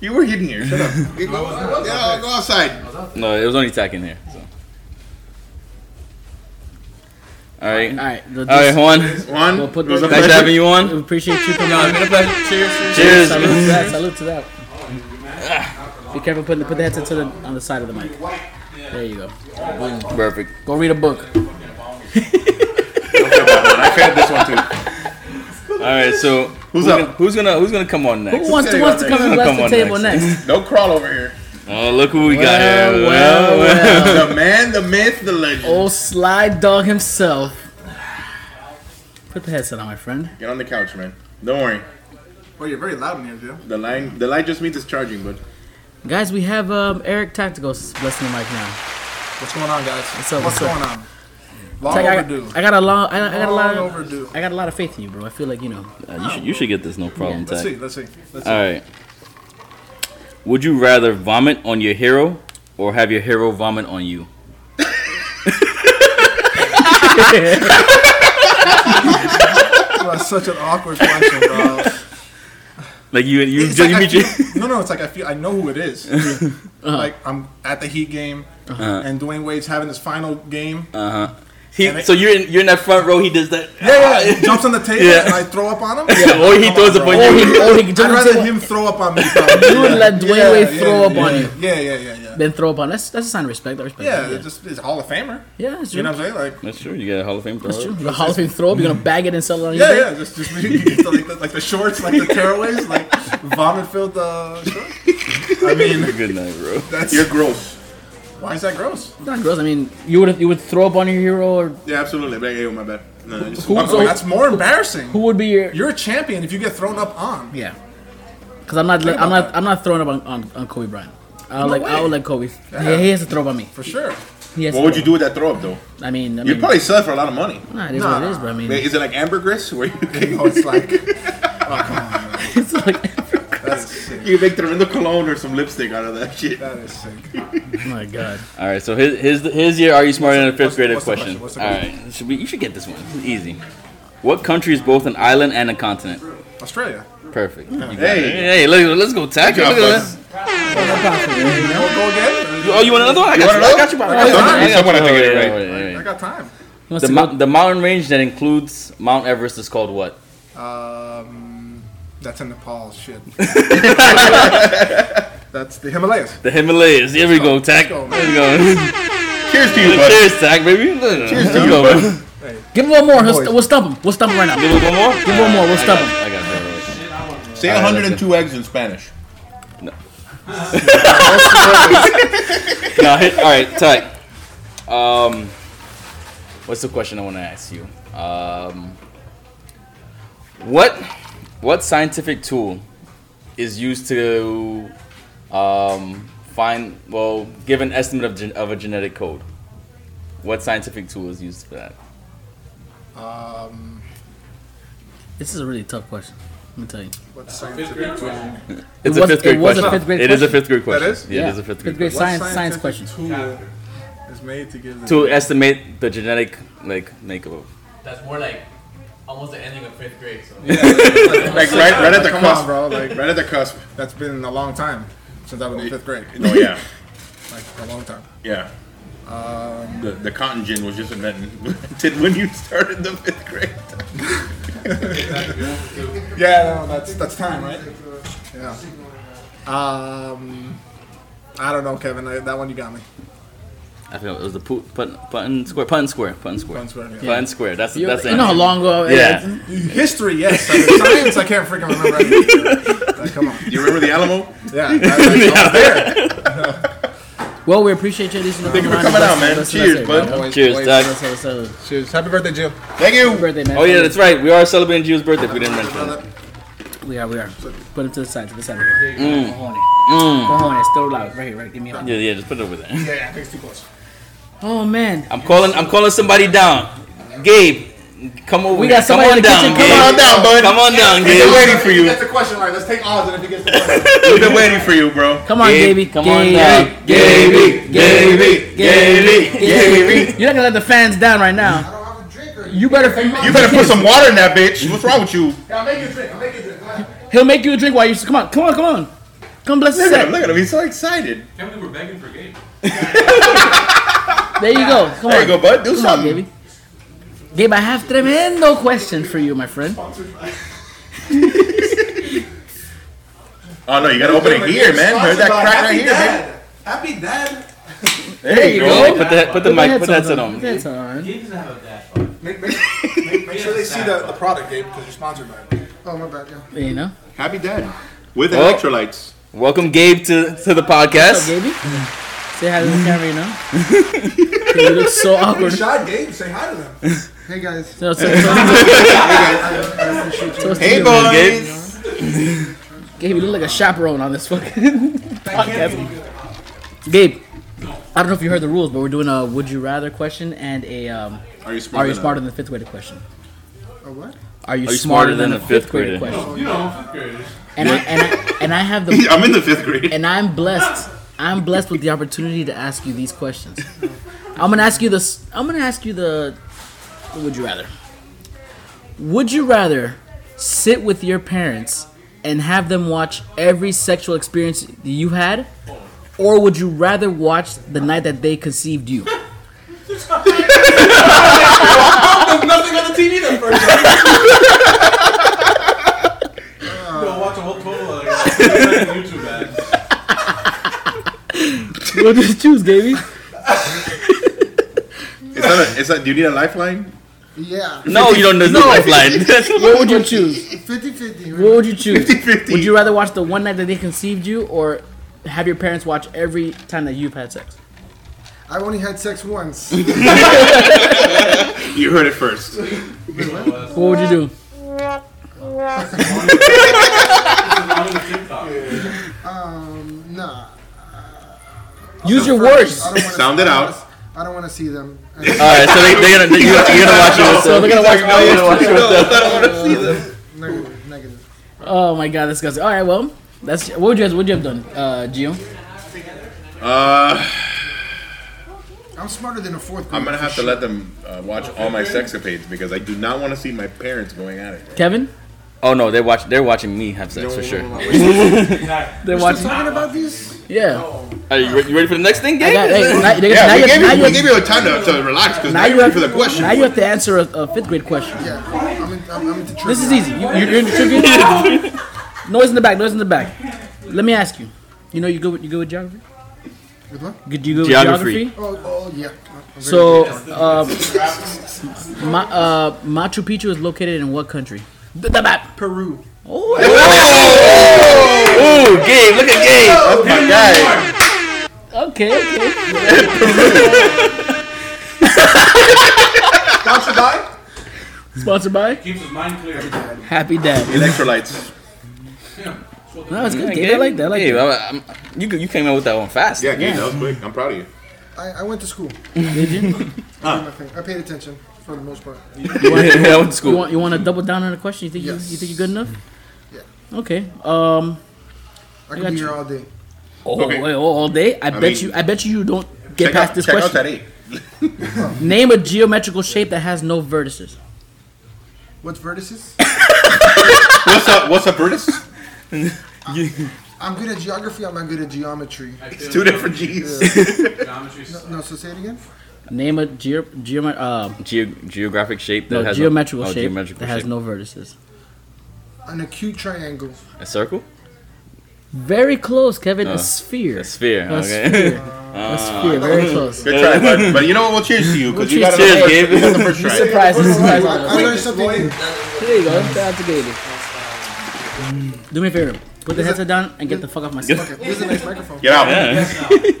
[SPEAKER 1] You were hidden here. Shut up. You go, yeah, go outside.
[SPEAKER 3] No, it was only tack in here. So. All right,
[SPEAKER 2] All
[SPEAKER 3] all
[SPEAKER 2] right. the-
[SPEAKER 3] right,
[SPEAKER 2] this-
[SPEAKER 3] Juan.
[SPEAKER 1] Juan,
[SPEAKER 2] We'll put
[SPEAKER 1] it was
[SPEAKER 2] the-
[SPEAKER 1] a
[SPEAKER 3] Thanks for
[SPEAKER 1] pleasure.
[SPEAKER 3] having you on.
[SPEAKER 2] we appreciate you coming.
[SPEAKER 5] No, I'm gonna play. Cheers. cheers.
[SPEAKER 3] Cheers.
[SPEAKER 2] Salute to that. Salute to that. Be careful putting put the headset to the on the side of the mic. There you go.
[SPEAKER 3] Perfect.
[SPEAKER 2] Go read a book.
[SPEAKER 1] I failed this one too.
[SPEAKER 3] All right, so
[SPEAKER 1] Who's
[SPEAKER 3] who
[SPEAKER 1] up?
[SPEAKER 3] Gonna, who's gonna who's gonna come on
[SPEAKER 2] Who
[SPEAKER 3] next?
[SPEAKER 2] wants to
[SPEAKER 1] Let's
[SPEAKER 2] wants to
[SPEAKER 1] go
[SPEAKER 2] come and
[SPEAKER 3] next.
[SPEAKER 2] bless
[SPEAKER 3] Come
[SPEAKER 2] the
[SPEAKER 3] on
[SPEAKER 2] table
[SPEAKER 3] next.
[SPEAKER 2] next?
[SPEAKER 1] Don't crawl over here.
[SPEAKER 3] Oh, look who we got
[SPEAKER 2] Well,
[SPEAKER 3] here.
[SPEAKER 2] well, well.
[SPEAKER 1] The man, the myth, the legend.
[SPEAKER 3] Oh.
[SPEAKER 2] Old slide dog himself. Put the headset on, my friend.
[SPEAKER 1] Get on the couch, man. Don't worry.
[SPEAKER 4] Well, you're very loud in here, Joe.
[SPEAKER 1] The line, the light just means it's charging, but
[SPEAKER 2] Guys, we have um, Eric Tacticals blessing the mic now.
[SPEAKER 4] What's going on, guys?
[SPEAKER 2] What's up,
[SPEAKER 4] What's
[SPEAKER 2] what's up?
[SPEAKER 4] going on? Long
[SPEAKER 2] Tac, I,
[SPEAKER 4] overdue.
[SPEAKER 2] I got a long, I, I got a lot,
[SPEAKER 4] Long
[SPEAKER 2] of,
[SPEAKER 4] overdue.
[SPEAKER 2] I got a lot of faith in you, bro. I feel like you know.
[SPEAKER 3] Uh, you should you should get this no problem.
[SPEAKER 4] Let's see.
[SPEAKER 3] Tack.
[SPEAKER 4] Let's see. Let's see.
[SPEAKER 3] All right. Would you rather vomit on your hero or have your hero vomit on you?
[SPEAKER 4] That's such an awkward question, bro.
[SPEAKER 3] Like you you
[SPEAKER 4] It's
[SPEAKER 3] just you Uh-huh.
[SPEAKER 4] like I
[SPEAKER 3] meet your
[SPEAKER 4] feel- no, no, it's like I feel I know who it is.
[SPEAKER 3] Uh-huh.
[SPEAKER 4] Like I'm at the Heat game, and Dwayne Wade's having his final game,
[SPEAKER 3] uh huh. He, so you're in, you're in that front row. He does that.
[SPEAKER 6] Yeah, yeah. He jumps on the table
[SPEAKER 3] Yeah.
[SPEAKER 6] and I throw up on him.
[SPEAKER 3] or he
[SPEAKER 6] Come
[SPEAKER 3] throws
[SPEAKER 6] on,
[SPEAKER 3] up
[SPEAKER 6] bro.
[SPEAKER 3] on
[SPEAKER 2] Or he,
[SPEAKER 3] you.
[SPEAKER 2] or he
[SPEAKER 6] I'd
[SPEAKER 2] jumps
[SPEAKER 6] rather
[SPEAKER 2] in,
[SPEAKER 6] him throw up on me. Bro.
[SPEAKER 2] You would let Dwayne Wade throw up
[SPEAKER 6] yeah,
[SPEAKER 2] on you.
[SPEAKER 6] Yeah, yeah, yeah, yeah.
[SPEAKER 2] then throw up on. That's that's a sign of respect. I respect.
[SPEAKER 6] Yeah,
[SPEAKER 2] that,
[SPEAKER 6] it's just it's Hall of Famer.
[SPEAKER 2] yeah, that's true.
[SPEAKER 6] You know what I'm saying? Like,
[SPEAKER 3] That's true. You get a Hall of Fame throw.
[SPEAKER 2] that's true. The Hall of Fame throw up. You're gonna bag it and sell it on your
[SPEAKER 6] yeah,
[SPEAKER 2] day?
[SPEAKER 6] yeah, just just so like, the, like the shorts, like the tearaways, like vomit filled uh, shorts. I mean,
[SPEAKER 3] Good night, bro.
[SPEAKER 6] that's
[SPEAKER 1] You're gross.
[SPEAKER 6] why is that gross?
[SPEAKER 2] It's not gross. I mean, you would you would throw up on your hero, or
[SPEAKER 1] Yeah, absolutely. Like, hey, my bad. No, I just-
[SPEAKER 2] Who-
[SPEAKER 1] I'm-
[SPEAKER 2] so-
[SPEAKER 6] that's more embarrassing.
[SPEAKER 2] who would be your?
[SPEAKER 6] You're a champion if you get thrown up on.
[SPEAKER 2] Yeah, because I'm not
[SPEAKER 6] Think
[SPEAKER 2] I'm
[SPEAKER 6] about
[SPEAKER 2] not
[SPEAKER 6] that.
[SPEAKER 2] I'm not throwing up on, on, on Kobe Bryant. I will
[SPEAKER 6] No
[SPEAKER 2] like I
[SPEAKER 6] way.
[SPEAKER 2] would like Kobe.
[SPEAKER 6] Yeah.
[SPEAKER 2] Yeah. he has to throw up on me.
[SPEAKER 6] For sure.
[SPEAKER 2] He has to
[SPEAKER 1] what would
[SPEAKER 2] throw
[SPEAKER 1] you do with that throw up though?
[SPEAKER 2] up. I mean, I mean,
[SPEAKER 3] Hmm.
[SPEAKER 1] You'd probably sell it for a lot of money.
[SPEAKER 2] nah, it is
[SPEAKER 6] Nah,
[SPEAKER 2] what it is, but I mean,
[SPEAKER 1] Is it like ambergris where you
[SPEAKER 6] You know, it's like, oh, come on, man.
[SPEAKER 2] it's like, oh
[SPEAKER 6] That's sick.
[SPEAKER 1] you make tremendo cologne or some lipstick out of that shit?
[SPEAKER 6] That is sick.
[SPEAKER 2] oh my god,
[SPEAKER 3] All right, so his his his year. Are you smarter than a fifth
[SPEAKER 6] what's the-
[SPEAKER 3] grader
[SPEAKER 6] what's the
[SPEAKER 3] question?
[SPEAKER 6] question? What's
[SPEAKER 3] All
[SPEAKER 6] the
[SPEAKER 3] right, should we, you should get this one. This is easy. What country is both an island and a continent?
[SPEAKER 6] Australia.
[SPEAKER 3] Perfect. You got it.
[SPEAKER 1] Hey.
[SPEAKER 3] hey, look, let's go tackle.
[SPEAKER 1] Good job,
[SPEAKER 3] Look at
[SPEAKER 1] fellas.
[SPEAKER 3] that.
[SPEAKER 6] You know, go again.
[SPEAKER 3] Oh, you want another one? I got
[SPEAKER 1] want
[SPEAKER 3] you.
[SPEAKER 1] another?
[SPEAKER 3] I got you. bro. I
[SPEAKER 1] Someone-
[SPEAKER 3] got you.
[SPEAKER 1] someone had to get it
[SPEAKER 3] Oh, yeah,
[SPEAKER 1] right.
[SPEAKER 3] yeah, yeah,
[SPEAKER 6] I
[SPEAKER 3] yeah.
[SPEAKER 6] got time.
[SPEAKER 2] He wants
[SPEAKER 3] The,
[SPEAKER 2] to
[SPEAKER 3] mou-
[SPEAKER 2] go-
[SPEAKER 3] the mountain range that includes Mount Everest is called what?
[SPEAKER 6] Um, that's in Nepal. Shit. that's the Himalayas.
[SPEAKER 3] The Himalayas. Here we go, Tack.
[SPEAKER 6] go,
[SPEAKER 3] Here we go.
[SPEAKER 1] Cheers to you, bud.
[SPEAKER 3] Cheers, Tack, baby. Cheers
[SPEAKER 1] to you, bud.
[SPEAKER 2] give him one more. He'll
[SPEAKER 6] Boys.
[SPEAKER 2] st- we'll stop him. We'll stop him right now.
[SPEAKER 3] Give him one more. Give
[SPEAKER 2] him one more, we'll stop him.
[SPEAKER 3] I got it. I got it.
[SPEAKER 1] Say
[SPEAKER 3] All right,
[SPEAKER 1] 102 eggs in Spanish.
[SPEAKER 3] no, hit, all right, Ty. Um, what's the question I want to ask you? Um, what what scientific tool is used to um, find well give an estimate of, gen- of a genetic code? What scientific tool is used for that?
[SPEAKER 6] Um,
[SPEAKER 2] This is a really tough question. Let me tell you.
[SPEAKER 6] what's scientific?
[SPEAKER 2] was-
[SPEAKER 3] It's a fifth grade
[SPEAKER 2] it was a
[SPEAKER 3] question.
[SPEAKER 2] fifth grade
[SPEAKER 3] It is a
[SPEAKER 2] question?
[SPEAKER 3] fifth grade question.
[SPEAKER 6] is?
[SPEAKER 3] Yeah, it
[SPEAKER 2] Yeah.
[SPEAKER 3] is a fifth grade
[SPEAKER 2] Fifth
[SPEAKER 3] question.
[SPEAKER 2] grade
[SPEAKER 6] What
[SPEAKER 2] Science- science
[SPEAKER 6] scientific
[SPEAKER 2] question.
[SPEAKER 6] Tool is made to give the
[SPEAKER 3] To estimate the genetic like makeup of
[SPEAKER 5] That's more like almost the ending of fifth grade. So.
[SPEAKER 1] Like right, right at the
[SPEAKER 6] Come on,
[SPEAKER 1] cusp.
[SPEAKER 6] bro. Like
[SPEAKER 1] Right at the cusp.
[SPEAKER 6] that's been a long time since I was in fifth grade.
[SPEAKER 1] Oh yeah,
[SPEAKER 6] Like a long time.
[SPEAKER 1] yeah. the the cotton gin was just invented when you started the fifth grade.
[SPEAKER 6] Yeah, no, that's that's time, right? Yeah. Um, I don't know, Kevin. I, that one you got me.
[SPEAKER 3] I feel it was the pu- putt, putton square, putton square, putton square,
[SPEAKER 6] Puttin' square, yeah.
[SPEAKER 3] Puttin' square. That's
[SPEAKER 2] You,
[SPEAKER 3] that's
[SPEAKER 2] you know how long ago?
[SPEAKER 3] Yeah.
[SPEAKER 6] History, yes. I mean, science, I can't freaking remember. anything. Like, come on.
[SPEAKER 1] Do you remember the Alamo?
[SPEAKER 6] Yeah, that, that's all there.
[SPEAKER 2] Well, we appreciate you. Thank
[SPEAKER 1] you for coming out, man. Cheers, bud.
[SPEAKER 6] Boys,
[SPEAKER 3] Cheers,
[SPEAKER 6] boys,
[SPEAKER 3] Doug.
[SPEAKER 2] That's, that's, that's,
[SPEAKER 6] Cheers. Happy birthday, Jill.
[SPEAKER 1] Thank you.
[SPEAKER 2] birthday, man.
[SPEAKER 3] Oh yeah, that's right. We are celebrating Gio's birthday. If we didn't mention it.
[SPEAKER 6] Brother.
[SPEAKER 2] We are, we are. Put him to the side, to the side. Right here. Mm. Mahoney. Mahoney, it's still loud. Right here, right. Give me a hug.
[SPEAKER 3] Yeah, yeah. Just put it over there.
[SPEAKER 6] Yeah, yeah, I think it's too close.
[SPEAKER 2] Oh man,
[SPEAKER 3] I'm calling. I'm calling somebody down. Gabe, come over.
[SPEAKER 2] We
[SPEAKER 3] here.
[SPEAKER 2] got somebody
[SPEAKER 3] come on
[SPEAKER 2] in the
[SPEAKER 3] down.
[SPEAKER 2] kitchen.
[SPEAKER 3] Gabe.
[SPEAKER 2] Come on
[SPEAKER 1] down, bud.
[SPEAKER 3] Come on down,
[SPEAKER 1] We've been
[SPEAKER 3] Gabe.
[SPEAKER 1] waiting for you.
[SPEAKER 6] That's the question, right? Let's take odds, and if he gets the question.
[SPEAKER 1] We've been waiting for you, bro.
[SPEAKER 2] come on,
[SPEAKER 3] Gabe,
[SPEAKER 2] baby.
[SPEAKER 3] Come on down, Gabe. Gabe. Gabe.
[SPEAKER 2] Gabe. You're not gonna let the fans down right now.
[SPEAKER 6] don't have a drink or
[SPEAKER 2] You better. You
[SPEAKER 1] You better put some water in that bitch. What's wrong with you?
[SPEAKER 6] Yeah, I'll make you a drink. I'll make you a drink. Go ahead.
[SPEAKER 2] He'll make you a drink while you. Come on, come on, come on. Come bless the
[SPEAKER 1] Look at him.
[SPEAKER 2] set.
[SPEAKER 1] Look at him. He's so excited.
[SPEAKER 5] Can't believe we're begging for game.
[SPEAKER 2] There you go. Come
[SPEAKER 1] There
[SPEAKER 2] on.
[SPEAKER 1] you go, bud. Do
[SPEAKER 2] Come on,
[SPEAKER 1] something.
[SPEAKER 2] Gabe. Gabe, I have tremendo question for you, my friend.
[SPEAKER 1] Oh no, you gotta open it here, man. Heard that
[SPEAKER 6] Sponsored by
[SPEAKER 1] crack right
[SPEAKER 6] Happy
[SPEAKER 1] here, man.
[SPEAKER 6] Dad. Happy Dad.
[SPEAKER 1] There you
[SPEAKER 3] Gabe,
[SPEAKER 1] go.
[SPEAKER 3] Put the put the
[SPEAKER 2] Put
[SPEAKER 3] mic. Put that
[SPEAKER 2] headphones
[SPEAKER 3] set
[SPEAKER 2] Put
[SPEAKER 3] on.
[SPEAKER 2] the headphones on.
[SPEAKER 5] Games have a dash.
[SPEAKER 6] Make, make, make, make sure they see the, the product, Gabe, because you're sponsored by it. Oh, my bad, yeah.
[SPEAKER 2] You know.
[SPEAKER 1] Happy dad with
[SPEAKER 3] Oh.
[SPEAKER 1] electrolytes.
[SPEAKER 3] Welcome Gabe to to the
[SPEAKER 2] What's
[SPEAKER 3] podcast.
[SPEAKER 2] up, Gabe? Say hi to the camera, you know. you look so awkward.
[SPEAKER 6] Shy Gabe, say hi to them. hey, guys.
[SPEAKER 2] So, so, so, so, so-
[SPEAKER 1] Hey,
[SPEAKER 2] so-
[SPEAKER 1] boys.
[SPEAKER 2] Gabe, you look like a chaperone on this fucking podcast. Gabe, I don't know if you heard the rules, but we're doing a would you rather question and a um,
[SPEAKER 1] Are you
[SPEAKER 2] are
[SPEAKER 1] smarter?
[SPEAKER 2] you smarter than a fifth grader question.
[SPEAKER 6] Oh, what?
[SPEAKER 2] Are you, smarter, than, a fifth grader,
[SPEAKER 3] grader?
[SPEAKER 2] question? And I, and I, and I have the
[SPEAKER 1] I'm in the fifth grade.
[SPEAKER 2] and I'm blessed. I'm blessed with the opportunity to ask you these questions. I'm gonna ask you this. I'm gonna ask you the. the Would you rather? Would you rather sit with your parents and have them watch every sexual experience that you had, or would you rather watch the night that they conceived you?
[SPEAKER 6] There's nothing on the TV that first.
[SPEAKER 4] Go watch a whole Pola. YouTube ads.
[SPEAKER 2] We'll just choose, baby.
[SPEAKER 1] It's not. A, it's not. Do you need a lifeline?
[SPEAKER 7] Yeah.
[SPEAKER 3] No, you don't. There's no, lifeline.
[SPEAKER 2] What would you choose?
[SPEAKER 7] 50 50.
[SPEAKER 2] What would you choose?
[SPEAKER 1] 50-50.
[SPEAKER 2] Would you rather watch the one night that they conceived you, or have your parents watch every time that you've had sex?
[SPEAKER 7] I only had sex once.
[SPEAKER 1] You heard it first.
[SPEAKER 2] Oh, What would you do?
[SPEAKER 7] Um, nah.
[SPEAKER 2] Use your
[SPEAKER 7] First,
[SPEAKER 2] words.
[SPEAKER 7] I don't wanna-
[SPEAKER 1] Sound it out.
[SPEAKER 7] I don't want to see them.
[SPEAKER 3] All right, so they, they're gonna you're, gonna- you're gonna watch it with
[SPEAKER 2] So they're
[SPEAKER 3] them.
[SPEAKER 2] gonna watch all your
[SPEAKER 7] Negative. Negative.
[SPEAKER 2] Oh my god, that's disgusting. All right, well, that's what would you guys would you have done, uh, Gio?
[SPEAKER 1] Uh,
[SPEAKER 7] I'm smarter than a fourth grader.
[SPEAKER 1] I'm gonna have to let them uh, watch all my sexcapades because I do not want to see my parents going at it.
[SPEAKER 2] Kevin?
[SPEAKER 3] Oh no, they're watching. They're watching me have sex for sure.
[SPEAKER 2] They're watching.
[SPEAKER 7] Talking about these?
[SPEAKER 2] Yeah.
[SPEAKER 3] Are you, re- you ready for the next thing,
[SPEAKER 2] I
[SPEAKER 3] gang?
[SPEAKER 2] got, hey, now, they- now
[SPEAKER 1] Yeah,
[SPEAKER 2] you
[SPEAKER 1] we
[SPEAKER 2] have,
[SPEAKER 1] gave,
[SPEAKER 2] now
[SPEAKER 1] you,
[SPEAKER 2] you
[SPEAKER 1] we
[SPEAKER 2] have,
[SPEAKER 1] gave you a time to, to relax because now,
[SPEAKER 2] now you
[SPEAKER 1] you're
[SPEAKER 2] have-
[SPEAKER 1] ready for the question.
[SPEAKER 2] now you have to answer a, a fifth grade question.
[SPEAKER 7] Yeah. I'm, in, I'm, I'm into trivia.
[SPEAKER 2] This is easy. You, you're, you're in the trivia. noise in the back. Noise in the back. Let me ask you. You know you go with, you go with geography.
[SPEAKER 7] Good luck.
[SPEAKER 2] Did you go with
[SPEAKER 3] Geography.
[SPEAKER 2] geography?
[SPEAKER 7] Oh, oh, yeah. I'm very
[SPEAKER 2] So,
[SPEAKER 7] good.
[SPEAKER 2] uh, Ma, uh, Machu Picchu is located in what country? The, the map.
[SPEAKER 7] Peru.
[SPEAKER 3] Ooh, Gabe, look at Oh, Gabe. That's my guy.
[SPEAKER 2] Okay. okay.
[SPEAKER 6] Watch the guy.
[SPEAKER 2] Sponsored by
[SPEAKER 4] Keeps his mind clear.
[SPEAKER 2] Happy Dad.
[SPEAKER 1] Electrolytes.
[SPEAKER 2] No, it's good.
[SPEAKER 3] Gabe,
[SPEAKER 2] Gabe, I like that. I like
[SPEAKER 3] Gabe,
[SPEAKER 2] that.
[SPEAKER 3] I'm- I'm- you you came out with that one fast.
[SPEAKER 1] Yeah, Gabe, that was quick. I'm proud of you.
[SPEAKER 7] I, I went to school.
[SPEAKER 2] Did you?
[SPEAKER 7] I did my thing. I paid attention for the most part.
[SPEAKER 3] I went to
[SPEAKER 2] You
[SPEAKER 3] school.
[SPEAKER 2] want you want to double down on the question? You think
[SPEAKER 7] Yes.
[SPEAKER 2] you, you think you're good enough?
[SPEAKER 7] Yeah.
[SPEAKER 2] Okay. Um.
[SPEAKER 7] I could
[SPEAKER 2] got
[SPEAKER 7] be
[SPEAKER 2] you.
[SPEAKER 7] here all day.
[SPEAKER 2] Oh,
[SPEAKER 1] Okay.
[SPEAKER 2] wait, oh, all day. I, bet
[SPEAKER 1] mean-
[SPEAKER 2] you. I bet you you don't get
[SPEAKER 1] check
[SPEAKER 2] past
[SPEAKER 1] out,
[SPEAKER 2] this
[SPEAKER 1] check out that
[SPEAKER 2] question.
[SPEAKER 1] eight.
[SPEAKER 2] Name a geometrical shape that has no vertices.
[SPEAKER 7] What's vertices?
[SPEAKER 1] What's up? What's up, Brutus?
[SPEAKER 7] I'm good at geography. I'm not good at geometry.
[SPEAKER 1] It's two different G's.
[SPEAKER 7] No, so say it again.
[SPEAKER 2] Name a geo geo uh,
[SPEAKER 3] Geo- geographic shape that
[SPEAKER 2] no,
[SPEAKER 3] has no-
[SPEAKER 2] geometrical
[SPEAKER 3] oh,
[SPEAKER 2] shape
[SPEAKER 3] geometrical
[SPEAKER 2] that has
[SPEAKER 3] shape.
[SPEAKER 2] no vertices.
[SPEAKER 7] An acute triangle.
[SPEAKER 3] a circle,
[SPEAKER 2] Very close, Kevin.
[SPEAKER 3] Uh,
[SPEAKER 2] a sphere.
[SPEAKER 3] a sphere.
[SPEAKER 2] A
[SPEAKER 3] okay.
[SPEAKER 2] sphere. a sphere. Very close.
[SPEAKER 1] Good try, bud. But you know what? We'll cheers to you
[SPEAKER 2] We'll
[SPEAKER 1] because you
[SPEAKER 2] cheers
[SPEAKER 1] got
[SPEAKER 2] to
[SPEAKER 1] it on
[SPEAKER 3] you.
[SPEAKER 1] the first- on the first try.
[SPEAKER 2] Surprise! surprise.
[SPEAKER 7] I, I learned something. new.
[SPEAKER 2] There you go. Shout out to Gabe. Do me a favor. Put the headset down and get the fuck off my seat.
[SPEAKER 7] Okay, this is a nice microphone.
[SPEAKER 1] Get out.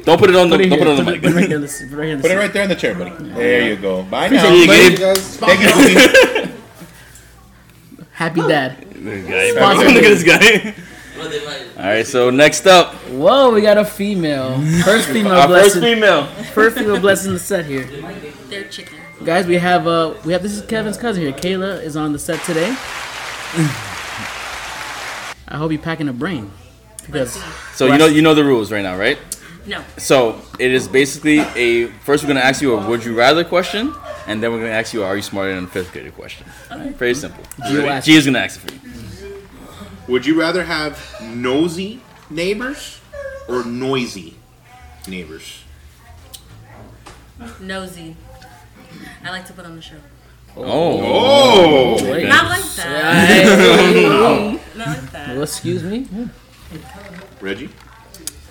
[SPEAKER 3] Don't put it on the.
[SPEAKER 2] Put it here.
[SPEAKER 3] Don't put it on the
[SPEAKER 2] Put it- put it
[SPEAKER 3] mic.
[SPEAKER 2] right here. on the seat, Put it right here. on the
[SPEAKER 1] Put it
[SPEAKER 2] seat.
[SPEAKER 1] right there in the chair, buddy. There you go. Bye now.
[SPEAKER 3] Appreciate you,
[SPEAKER 1] buddy.
[SPEAKER 7] You guys,
[SPEAKER 1] Thank you. Boogie.
[SPEAKER 2] Happy dad.
[SPEAKER 3] Look at this guy. All right, so next up,
[SPEAKER 2] Whoa, we got a female. First female
[SPEAKER 3] our first
[SPEAKER 2] blessing.
[SPEAKER 3] female.
[SPEAKER 2] First female blessing in the set here.
[SPEAKER 8] They're chicken.
[SPEAKER 2] Guys, we have uh we have this is Kevin's cousin here. Kayla is on the set today. I hope you're packing a brain. Because
[SPEAKER 3] So you know you know the rules right now, right?
[SPEAKER 8] No.
[SPEAKER 3] So it is basically a first we're gonna ask you a would you rather question, and then we're gonna ask you a are you smarter than a fifth grader question. Very simple.
[SPEAKER 2] Gio asked.
[SPEAKER 3] G is gonna ask it for you.
[SPEAKER 1] Would you rather have nosy neighbors or noisy neighbors?
[SPEAKER 8] Nosy. I like to put on the show.
[SPEAKER 3] Oh,
[SPEAKER 1] Oh,
[SPEAKER 2] wait.
[SPEAKER 8] Not like that.
[SPEAKER 2] Hey.
[SPEAKER 8] Not like that.
[SPEAKER 2] Oh, Well, excuse me.
[SPEAKER 1] Reggie.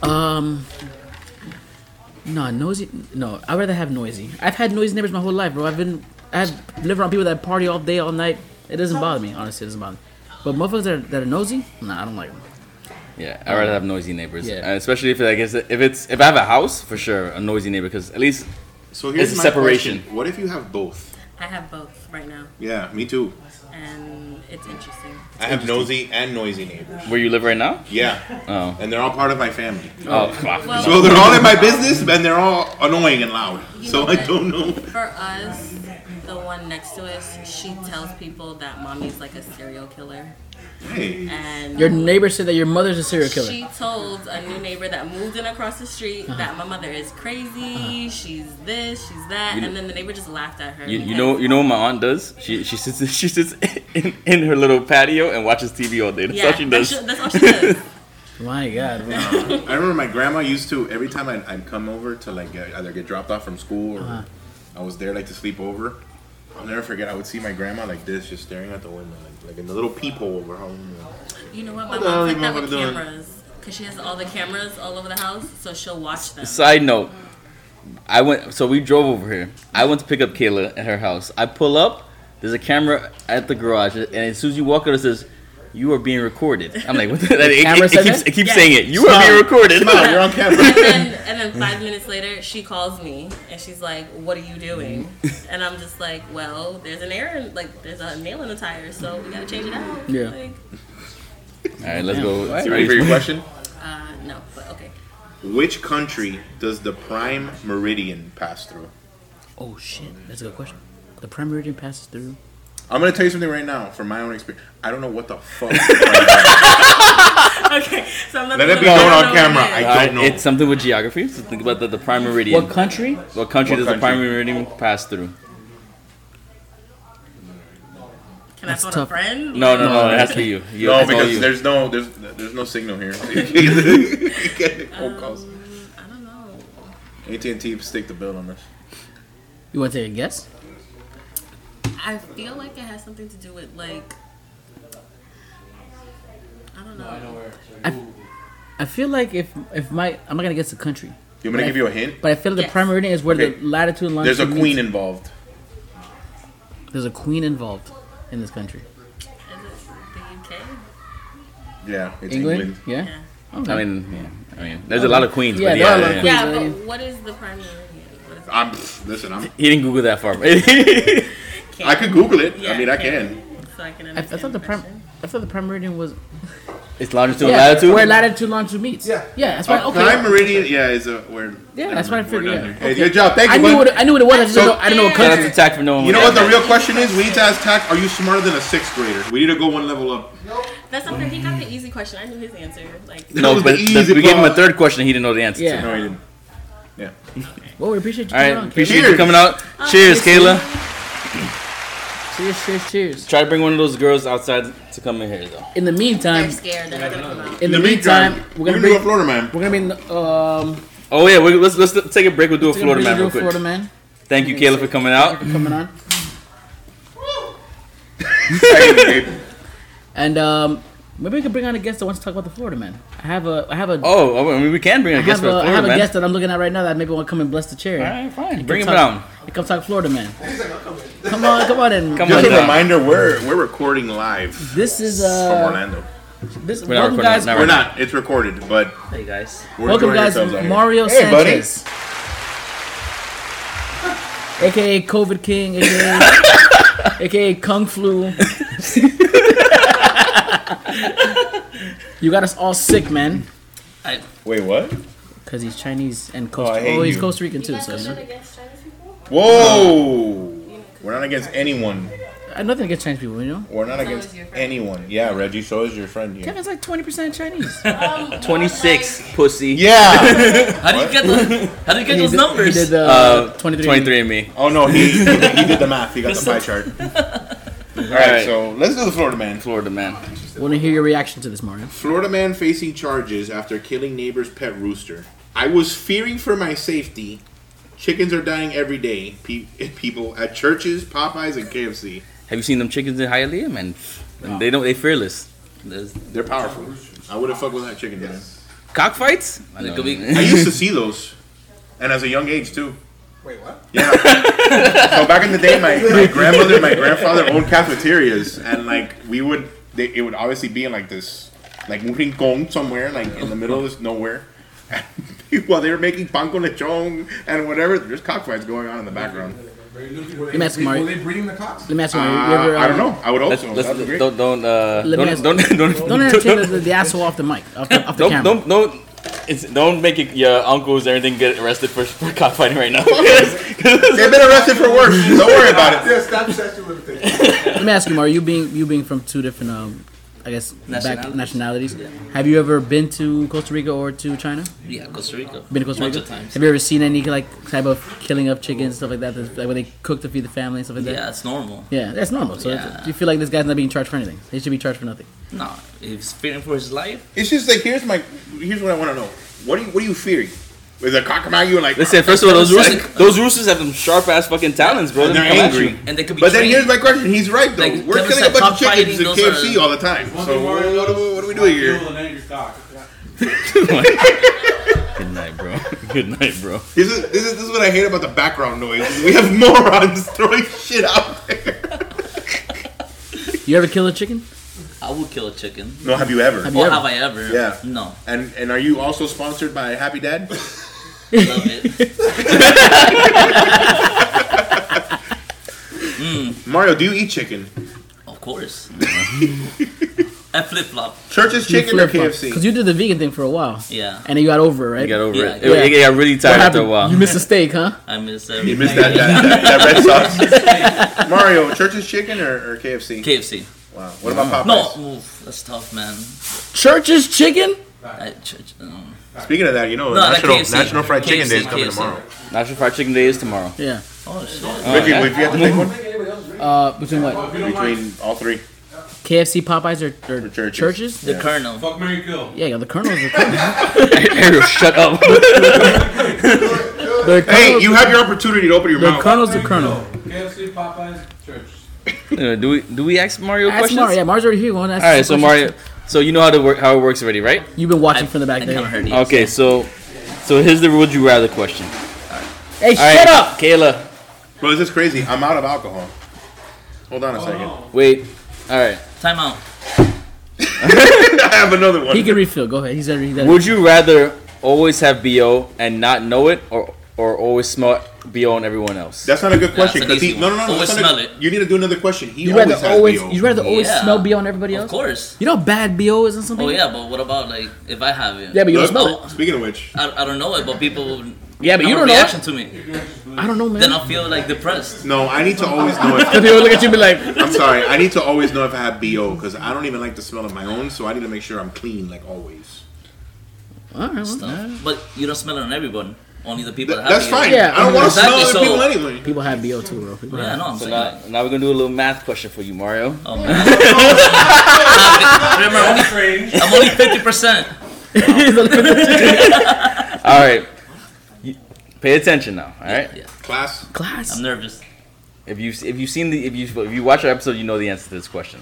[SPEAKER 2] Um No, nosy no, I'd rather have noisy. I've had noisy neighbors my whole life, bro. I've been I've lived around people that party all day, all night. It doesn't bother me, honestly, it doesn't bother me. But motherfuckers that are, that are nosy, nah, I don't like them.
[SPEAKER 3] yeah. I'd rather have noisy neighbors,
[SPEAKER 2] Yeah.
[SPEAKER 3] And especially if I guess if it's if I have a house for sure a noisy neighbor because at least
[SPEAKER 1] So here's
[SPEAKER 3] It's a
[SPEAKER 1] my
[SPEAKER 3] separation.
[SPEAKER 1] question. What if you have both?
[SPEAKER 8] I have both right now,
[SPEAKER 1] Yeah, me too.
[SPEAKER 8] and it's interesting.
[SPEAKER 1] I have nosy and noisy neighbors.
[SPEAKER 3] where you live right now.
[SPEAKER 1] Yeah,
[SPEAKER 3] Oh,
[SPEAKER 1] and they're all part of my family.
[SPEAKER 3] oh, wow.
[SPEAKER 8] Well,
[SPEAKER 1] So they're all in my business, and they're all annoying and loud. So I don't know.
[SPEAKER 8] For us, the one next to us, she tells people that mommy's like a serial killer,
[SPEAKER 1] Hey,
[SPEAKER 8] and
[SPEAKER 2] Your neighbor said that your mother's a serial killer.
[SPEAKER 8] She told a new neighbor that moved in across the street that my mother is crazy, she's this, she's that, and then the neighbor just laughed at her.
[SPEAKER 3] You, you
[SPEAKER 8] because-
[SPEAKER 3] know you know what my aunt does? She she sits she sits in, in her little patio and watches TV all day. That's
[SPEAKER 8] Yeah,
[SPEAKER 3] all she does.
[SPEAKER 8] that's all she does.
[SPEAKER 2] My God, bro.
[SPEAKER 1] I remember my grandma used to every time I I'd come over to like get, either get dropped off from school or I was there like to sleep over. I'll never forget. I would see my grandma like this, just staring out the window, like, like in the little peephole over her window.
[SPEAKER 8] You know what? My
[SPEAKER 1] What the hell
[SPEAKER 8] mom's
[SPEAKER 1] you
[SPEAKER 8] like that with
[SPEAKER 1] motherfucker doing?
[SPEAKER 8] cameras. Because she has all the cameras all over the house, so she'll watch them.
[SPEAKER 3] Side note, I went. So we drove over here. I went to pick up Kayla at her house. I pull up. There's a camera at the garage, and as soon as you walk out, it says, "You are being recorded." I'm like, what the, it,
[SPEAKER 2] camera
[SPEAKER 3] it,
[SPEAKER 2] said
[SPEAKER 3] it keeps,
[SPEAKER 2] that?
[SPEAKER 3] it keeps
[SPEAKER 8] Yeah.
[SPEAKER 3] saying it. You are being recorded.
[SPEAKER 1] Mom, you're on camera.
[SPEAKER 8] and, then, and then five minutes later, she calls me and she's like, What are you doing? And I'm just like, Well, there's an error, like, there's a nail in the tire, so we gotta change it out.
[SPEAKER 2] Yeah.
[SPEAKER 8] Like,
[SPEAKER 3] All right, let's go.
[SPEAKER 1] You ready for your question?
[SPEAKER 8] uh, no, but okay.
[SPEAKER 1] Which country does the prime meridian pass through?
[SPEAKER 2] Oh shit, that's a good question. The prime meridian passes through.
[SPEAKER 1] I'm gonna tell you something right now from my own experience. I don't know what the fuck. Let
[SPEAKER 8] Okay, so I'm not
[SPEAKER 1] it
[SPEAKER 8] gonna
[SPEAKER 1] be
[SPEAKER 8] go
[SPEAKER 1] known
[SPEAKER 8] over
[SPEAKER 1] on camera.
[SPEAKER 8] there.
[SPEAKER 1] I don't know.
[SPEAKER 3] It's something with geography. So think about the, the prime meridian.
[SPEAKER 2] What
[SPEAKER 3] What,
[SPEAKER 2] country?
[SPEAKER 3] country
[SPEAKER 1] What
[SPEAKER 3] does the
[SPEAKER 1] country?
[SPEAKER 3] prime meridian pass through?
[SPEAKER 8] Can I phone
[SPEAKER 2] tough.
[SPEAKER 8] a friend?
[SPEAKER 3] No, no, no. It has to be you. you
[SPEAKER 1] no,
[SPEAKER 3] it's all
[SPEAKER 1] because
[SPEAKER 3] you.
[SPEAKER 1] there's no there's there's no signal here. You get phone calls.
[SPEAKER 8] I don't know.
[SPEAKER 1] AT&T stick the bill on this.
[SPEAKER 2] You want to take a guess?
[SPEAKER 8] I feel like it has something to do with, like, I don't know.
[SPEAKER 2] I feel like if if my I'm not gonna guess the country,
[SPEAKER 1] You want me to
[SPEAKER 2] Right.
[SPEAKER 1] give you a hint?
[SPEAKER 2] but I feel like the
[SPEAKER 8] Yes.
[SPEAKER 2] prime meridian is where
[SPEAKER 1] Okay.
[SPEAKER 2] the latitude and longitude.
[SPEAKER 1] There's a queen
[SPEAKER 2] meets.
[SPEAKER 1] involved.
[SPEAKER 2] There's a queen involved in this country.
[SPEAKER 8] Is it the UK?
[SPEAKER 1] Yeah, it's
[SPEAKER 2] England.
[SPEAKER 1] England.
[SPEAKER 2] Yeah.
[SPEAKER 8] Yeah.
[SPEAKER 2] Okay.
[SPEAKER 3] I mean, yeah. I mean, there's a lot of queens.
[SPEAKER 2] Yeah,
[SPEAKER 3] but
[SPEAKER 2] there are a
[SPEAKER 3] yeah,
[SPEAKER 2] lot
[SPEAKER 3] yeah,
[SPEAKER 2] of queens.
[SPEAKER 3] yeah.
[SPEAKER 8] Yeah,
[SPEAKER 2] Pennsylvania.
[SPEAKER 8] but what is the prime meridian? What is it?
[SPEAKER 1] I'm listen. I'm.
[SPEAKER 3] He didn't Google that far. but-
[SPEAKER 1] I could Google it. I mean, I
[SPEAKER 8] Karen,
[SPEAKER 1] can.
[SPEAKER 8] So I can
[SPEAKER 2] I, I
[SPEAKER 8] understand.
[SPEAKER 2] thought the prime. I thought the prime meridian was
[SPEAKER 3] it's longitude
[SPEAKER 2] yeah,
[SPEAKER 3] and latitude.
[SPEAKER 2] where latitude and longitude meets.
[SPEAKER 7] Yeah.
[SPEAKER 2] yeah, that's why.
[SPEAKER 1] Uh,
[SPEAKER 2] Okay,
[SPEAKER 1] Prime meridian. Yeah, is a word.
[SPEAKER 2] yeah, that's what I
[SPEAKER 1] We're
[SPEAKER 2] figured.
[SPEAKER 1] done
[SPEAKER 2] Yeah.
[SPEAKER 1] here. Hey, good job. Thank
[SPEAKER 2] I
[SPEAKER 1] you.
[SPEAKER 2] knew
[SPEAKER 1] bud.
[SPEAKER 2] what I knew what it was. I just
[SPEAKER 1] So-
[SPEAKER 2] didn't know, I didn't know what
[SPEAKER 8] Yeah,
[SPEAKER 2] country.
[SPEAKER 3] That's attack from no one.
[SPEAKER 1] You know what the real question is? We need to ask Tack, are you smarter than a sixth grader? We need to go one level up.
[SPEAKER 8] That's something he got the easy question. I knew his answer. Like
[SPEAKER 1] That
[SPEAKER 3] No,
[SPEAKER 1] was
[SPEAKER 3] but
[SPEAKER 1] the
[SPEAKER 3] the-
[SPEAKER 1] easy
[SPEAKER 3] we gave him a
[SPEAKER 1] part.
[SPEAKER 3] third question. He didn't know the answer.
[SPEAKER 2] Yeah.
[SPEAKER 3] to.
[SPEAKER 1] No, he didn't. Yeah.
[SPEAKER 2] Well, we appreciate you coming
[SPEAKER 3] All right,
[SPEAKER 2] on. Kevin.
[SPEAKER 3] appreciate you
[SPEAKER 1] Cheers.
[SPEAKER 3] coming out. Cheers, Kayla.
[SPEAKER 2] Cheers, cheers, cheers.
[SPEAKER 3] Try to bring one of those girls outside to come in here, though.
[SPEAKER 2] In the meantime,
[SPEAKER 8] they're scared that they're gonna come out.
[SPEAKER 2] in the meantime, we're gonna
[SPEAKER 1] do a
[SPEAKER 2] bring
[SPEAKER 1] Florida man.
[SPEAKER 2] we're gonna be in the, um
[SPEAKER 3] Oh yeah, we, let's let's take a break. We'll do a Florida man real quick.
[SPEAKER 2] Florida man
[SPEAKER 3] Thank you, Kayla, for coming out.
[SPEAKER 2] coming on, and um maybe we could bring on a guest that wants to talk about the Florida man. I have a I have a I
[SPEAKER 3] Oh, I mean, we can bring a guest
[SPEAKER 2] have
[SPEAKER 3] for a
[SPEAKER 2] a, I have
[SPEAKER 3] Florida
[SPEAKER 2] a
[SPEAKER 3] man.
[SPEAKER 2] guest that I'm looking at right now that maybe want to come and bless the chair.
[SPEAKER 3] All right, fine.
[SPEAKER 2] And
[SPEAKER 3] Bring him
[SPEAKER 2] come
[SPEAKER 3] down.
[SPEAKER 2] talk- and Come talk Florida man. Come on, come on in.
[SPEAKER 3] Come
[SPEAKER 1] Just
[SPEAKER 3] on
[SPEAKER 1] a
[SPEAKER 3] down.
[SPEAKER 1] reminder, we're we're recording live
[SPEAKER 2] This is
[SPEAKER 1] from
[SPEAKER 2] uh
[SPEAKER 1] Orlando.
[SPEAKER 2] this
[SPEAKER 3] not
[SPEAKER 2] welcome
[SPEAKER 3] recording,
[SPEAKER 2] guys.
[SPEAKER 3] not
[SPEAKER 1] We're not. It's recorded, but
[SPEAKER 3] Hey guys.
[SPEAKER 1] we're
[SPEAKER 2] Welcome
[SPEAKER 1] enjoying
[SPEAKER 2] guys,
[SPEAKER 1] ourselves out here.
[SPEAKER 2] Mario
[SPEAKER 1] Hey, buddy.
[SPEAKER 2] Sanchez. AKA COVID King, AKA, AKA Kung Flu. you got us all sick, man.
[SPEAKER 1] Wait, what?
[SPEAKER 2] Because he's Chinese and Costa
[SPEAKER 1] I
[SPEAKER 2] Rican.
[SPEAKER 1] hate
[SPEAKER 2] Oh, he's
[SPEAKER 1] you.
[SPEAKER 2] Costa Rican too, so. no-
[SPEAKER 1] Whoa! We're not against anyone.
[SPEAKER 2] I Uh, nothing against Chinese people, you know?
[SPEAKER 1] We're not against anyone. Yeah, Reggie, so is your friend here.
[SPEAKER 2] Kevin's like 20% Chinese.
[SPEAKER 3] 26, pussy.
[SPEAKER 1] Yeah.
[SPEAKER 5] How did you get those? How did you get
[SPEAKER 2] He
[SPEAKER 5] those
[SPEAKER 2] did-
[SPEAKER 5] numbers?
[SPEAKER 2] He did the
[SPEAKER 3] Uh,
[SPEAKER 2] 23.
[SPEAKER 3] 23 and me.
[SPEAKER 1] oh no, he, he did the math. He got the pie chart. All right,
[SPEAKER 3] right.
[SPEAKER 1] so let's do the Florida man.
[SPEAKER 3] Florida man.
[SPEAKER 2] Want to hear your reaction to this, Mario?
[SPEAKER 1] Florida man facing charges after killing neighbor's pet rooster. I was fearing for my safety. Chickens are dying every day. Pe- people at churches, Popeyes, and KFC.
[SPEAKER 3] Have you seen them chickens in Hialeah, man? And they don't. They fearless. There's
[SPEAKER 1] They're powerful. I would have fucked with that chicken. man.
[SPEAKER 3] cockfights. It could be-
[SPEAKER 1] I used to see those, and as a young age too.
[SPEAKER 7] Wait, what?
[SPEAKER 1] Yeah. so back in the day, my, my grandmother and my grandfather owned cafeterias, and like we would, they, it would obviously be in like this, like un rincón somewhere, like in the middle of this nowhere. And while they were making pan con lechon and whatever, there's cockfights going on in the background.
[SPEAKER 7] Were
[SPEAKER 2] me ask
[SPEAKER 7] they,
[SPEAKER 2] Mario.
[SPEAKER 7] were they breeding the cocks?
[SPEAKER 2] Let me ask you,
[SPEAKER 1] Uh,
[SPEAKER 2] Mario, you ever,
[SPEAKER 1] I
[SPEAKER 2] uh,
[SPEAKER 1] don't know. I would
[SPEAKER 3] Let's,
[SPEAKER 1] also.
[SPEAKER 3] let's,
[SPEAKER 1] that'd be great.
[SPEAKER 3] don't don't uh,
[SPEAKER 2] Let me ask-
[SPEAKER 3] don't, don't don't don't
[SPEAKER 2] Don't entertain the, the asshole off the mic, off the, off the
[SPEAKER 3] don't
[SPEAKER 2] camera.
[SPEAKER 3] don't don't. It's, don't make it, your uncles or anything get arrested for, for cockfighting right now.
[SPEAKER 1] They've been arrested for worse. Don't worry about it.
[SPEAKER 7] Yeah, stop statue of limitations.
[SPEAKER 2] Let me ask you, Mario. You being you being from two different, um, I guess, back
[SPEAKER 5] Nationalities.
[SPEAKER 2] nationalities. Have you ever been to Costa Rica or to China?
[SPEAKER 5] yeah, Costa Rica.
[SPEAKER 2] Been to Costa
[SPEAKER 5] Bunch
[SPEAKER 2] Rica?
[SPEAKER 5] of times.
[SPEAKER 2] Have you ever seen any like type of killing of chickens stuff like that? that's- Like when they cook to feed the family and stuff like that.
[SPEAKER 5] Yeah, it's normal.
[SPEAKER 2] Yeah, that's normal. So
[SPEAKER 5] Yeah.
[SPEAKER 2] it's- you feel like this guy's not being charged for anything. He should be charged for nothing.
[SPEAKER 5] No, he's fearing for his life.
[SPEAKER 1] It's just like here's my, here's what I want to know. What do you, what are you fearing? With a cockamamie, you're like,
[SPEAKER 3] Listen, first of all, those roosters, those roosters have them sharp ass fucking talons, bro.
[SPEAKER 1] And
[SPEAKER 3] They
[SPEAKER 1] they're
[SPEAKER 3] come at
[SPEAKER 1] angry.
[SPEAKER 3] you.
[SPEAKER 5] And they could be
[SPEAKER 1] But then
[SPEAKER 5] trained.
[SPEAKER 1] here's my question. He's right though.
[SPEAKER 5] Like,
[SPEAKER 1] We're
[SPEAKER 5] Kevin
[SPEAKER 1] killing a
[SPEAKER 5] said,
[SPEAKER 1] bunch of
[SPEAKER 5] cock fighting,
[SPEAKER 1] chickens in
[SPEAKER 5] those
[SPEAKER 1] KFC
[SPEAKER 5] are-
[SPEAKER 1] all the time.
[SPEAKER 4] One
[SPEAKER 1] So
[SPEAKER 4] thing
[SPEAKER 1] what,
[SPEAKER 4] Mario
[SPEAKER 1] what,
[SPEAKER 4] knows,
[SPEAKER 1] what are we doing here?
[SPEAKER 4] fuck you and then your cock.
[SPEAKER 3] Good night, bro. Good night, bro.
[SPEAKER 1] This is, this is this is what I hate about the background noise. We have morons throwing shit out there.
[SPEAKER 2] You ever kill a chicken?
[SPEAKER 5] I will kill a chicken.
[SPEAKER 1] No, have you ever?
[SPEAKER 2] Have you
[SPEAKER 5] Or
[SPEAKER 2] ever?
[SPEAKER 5] have I ever?
[SPEAKER 1] Yeah.
[SPEAKER 5] No.
[SPEAKER 1] And and are you also sponsored by Happy Dad?
[SPEAKER 5] Love it.
[SPEAKER 1] Mario, do you eat chicken?
[SPEAKER 5] of course. I flip flop.
[SPEAKER 1] Church's chicken or
[SPEAKER 2] Because
[SPEAKER 1] KFC?
[SPEAKER 2] you did the vegan thing for a while,
[SPEAKER 5] Yeah.
[SPEAKER 2] and then you got over it, right?
[SPEAKER 3] You got over
[SPEAKER 5] Yeah,
[SPEAKER 3] it. It, it got really tired
[SPEAKER 2] What
[SPEAKER 3] after a
[SPEAKER 2] happened?
[SPEAKER 3] while.
[SPEAKER 2] You missed a steak, huh?
[SPEAKER 5] I miss
[SPEAKER 1] You
[SPEAKER 5] everything.
[SPEAKER 1] missed that that, that, that red sauce. Mario, Church's chicken or, or KFC?
[SPEAKER 5] KFC.
[SPEAKER 1] Wow. What about
[SPEAKER 5] No,
[SPEAKER 1] Popeyes?
[SPEAKER 5] oof, that's tough, man.
[SPEAKER 2] Church's chicken?
[SPEAKER 5] I, ch- um,
[SPEAKER 1] Speaking of that, you know
[SPEAKER 5] No, like
[SPEAKER 1] National
[SPEAKER 5] KFC.
[SPEAKER 1] National Fried Chicken
[SPEAKER 5] KFC,
[SPEAKER 1] Day is coming
[SPEAKER 5] KFC.
[SPEAKER 1] tomorrow.
[SPEAKER 3] National Fried Chicken Day is tomorrow.
[SPEAKER 2] Yeah.
[SPEAKER 5] oh shit.
[SPEAKER 1] Ricky, if you have to pick one
[SPEAKER 2] Uh, between what?
[SPEAKER 1] between all three,
[SPEAKER 2] KFC, Popeyes, or, or
[SPEAKER 1] Churches.
[SPEAKER 2] churches?
[SPEAKER 5] The Colonel.
[SPEAKER 4] Fuck Mary Kill.
[SPEAKER 2] Yeah, yeah, the Colonel's the Colonel.
[SPEAKER 3] Ariel, shut up.
[SPEAKER 1] hey,
[SPEAKER 2] The Colonel's,
[SPEAKER 1] you have your opportunity to open your
[SPEAKER 2] the,
[SPEAKER 1] mouth.
[SPEAKER 2] colonel's the
[SPEAKER 4] Mary
[SPEAKER 2] Colonel.
[SPEAKER 4] Kill. KFC, Popeyes, Church.
[SPEAKER 3] Anyway, do we do we ask Mario
[SPEAKER 2] Ask
[SPEAKER 3] questions?
[SPEAKER 2] Mario. Yeah, Mario's already here. All
[SPEAKER 3] All right, so Mario, so you know how to work how it works already, right?
[SPEAKER 2] You've been watching from the
[SPEAKER 5] I
[SPEAKER 2] back
[SPEAKER 5] kind of
[SPEAKER 2] there.
[SPEAKER 5] heard you.
[SPEAKER 3] Okay, so so here's the would you rather question.
[SPEAKER 2] Hey,
[SPEAKER 3] All right,
[SPEAKER 2] shut up!
[SPEAKER 3] Kayla.
[SPEAKER 1] Bro, this is crazy. I'm out of alcohol. Hold
[SPEAKER 2] Oh.
[SPEAKER 1] on a second.
[SPEAKER 3] Wait. All right.
[SPEAKER 5] Time out.
[SPEAKER 1] I have another one.
[SPEAKER 2] He can refill. Go ahead. He's already. He's already
[SPEAKER 3] Would you rather always have bo and not know it, or or always smell bo on everyone else?
[SPEAKER 1] That's not a good
[SPEAKER 5] That's
[SPEAKER 1] question
[SPEAKER 5] an
[SPEAKER 1] because
[SPEAKER 5] easy
[SPEAKER 1] he no no no.
[SPEAKER 5] one.
[SPEAKER 1] no
[SPEAKER 5] Always
[SPEAKER 1] that's not
[SPEAKER 5] smell
[SPEAKER 1] a-
[SPEAKER 5] it.
[SPEAKER 1] You need to do another question. He
[SPEAKER 2] You'd
[SPEAKER 1] always
[SPEAKER 2] rather
[SPEAKER 1] has
[SPEAKER 2] always.
[SPEAKER 1] BO.
[SPEAKER 2] You'd rather always
[SPEAKER 5] Yeah.
[SPEAKER 2] smell BO on everybody else.
[SPEAKER 5] Of course.
[SPEAKER 2] You know how bad BO is on something.
[SPEAKER 5] Oh yeah, but what about like if I have it?
[SPEAKER 2] Yeah, but you don't
[SPEAKER 1] Look,
[SPEAKER 2] smell it.
[SPEAKER 1] Speaking of which,
[SPEAKER 5] I, I don't know it, but people will.
[SPEAKER 2] Yeah, but you
[SPEAKER 5] have
[SPEAKER 2] don't
[SPEAKER 5] a
[SPEAKER 2] know it.
[SPEAKER 5] reaction to me.
[SPEAKER 2] I don't know, man.
[SPEAKER 5] Then I'll feel like depressed.
[SPEAKER 1] no, I need to always know. If,
[SPEAKER 2] People look at you and be like,
[SPEAKER 1] I'm sorry. I need to always know if I have bo because I don't even like the smell of my own. So I need to make sure I'm clean like always.
[SPEAKER 2] all right, well,
[SPEAKER 5] Stuff.
[SPEAKER 2] nah.
[SPEAKER 5] But you don't smell it on everyone. Only the people
[SPEAKER 1] Th-
[SPEAKER 5] that have
[SPEAKER 1] that's
[SPEAKER 5] it.
[SPEAKER 1] fine.
[SPEAKER 2] Yeah,
[SPEAKER 1] I don't want to
[SPEAKER 5] exactly,
[SPEAKER 1] smell other
[SPEAKER 5] so-
[SPEAKER 1] people anyway.
[SPEAKER 2] people have BO too, bro. People
[SPEAKER 5] Yeah,
[SPEAKER 2] have-
[SPEAKER 5] no, I'm
[SPEAKER 3] So
[SPEAKER 5] saying.
[SPEAKER 3] now,
[SPEAKER 5] that.
[SPEAKER 3] now we're gonna do a little math question for you, Mario.
[SPEAKER 5] Oh man. Remember, only-
[SPEAKER 4] Strange.
[SPEAKER 5] I'm only fifty percent.
[SPEAKER 3] All right. You- pay attention now. All right.
[SPEAKER 5] Yeah,
[SPEAKER 1] Class.
[SPEAKER 2] Class.
[SPEAKER 3] Um,
[SPEAKER 5] I'm nervous.
[SPEAKER 3] If you if you've seen the if you if you watch our episode, you know the answer to this question.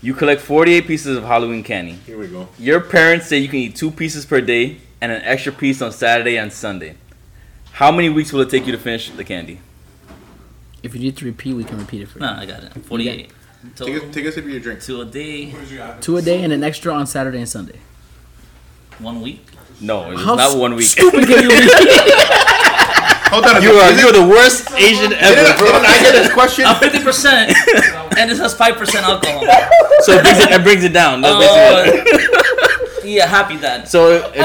[SPEAKER 3] You collect 48 pieces of Halloween candy.
[SPEAKER 1] Here we go.
[SPEAKER 3] Your parents say you can eat two pieces per day and an extra piece on Saturday and Sunday. How many weeks will it take you to finish the candy?
[SPEAKER 2] If you need to repeat, we can repeat it for you.
[SPEAKER 5] Nah, I got it. Forty-eight.
[SPEAKER 1] Take a,
[SPEAKER 5] Total.
[SPEAKER 1] take a sip of your drink.
[SPEAKER 5] Two a day,
[SPEAKER 4] Where's your address?
[SPEAKER 2] Two a day and an extra on Saturday and Sunday.
[SPEAKER 5] one week.
[SPEAKER 3] No, it's
[SPEAKER 2] How
[SPEAKER 3] not one week.
[SPEAKER 2] Stupid can you be?
[SPEAKER 1] Hold on. A
[SPEAKER 3] You
[SPEAKER 1] second.
[SPEAKER 3] are
[SPEAKER 1] Is
[SPEAKER 3] you are
[SPEAKER 1] it-
[SPEAKER 3] the worst Asian ever,
[SPEAKER 1] didn't,
[SPEAKER 3] bro.
[SPEAKER 1] didn't I get this question?
[SPEAKER 5] I'm Uh, fifty percent, and this has five percent alcohol. Oh,
[SPEAKER 3] So it brings it, it brings it down. That's basically what-
[SPEAKER 5] yeah, happy that.
[SPEAKER 3] so if,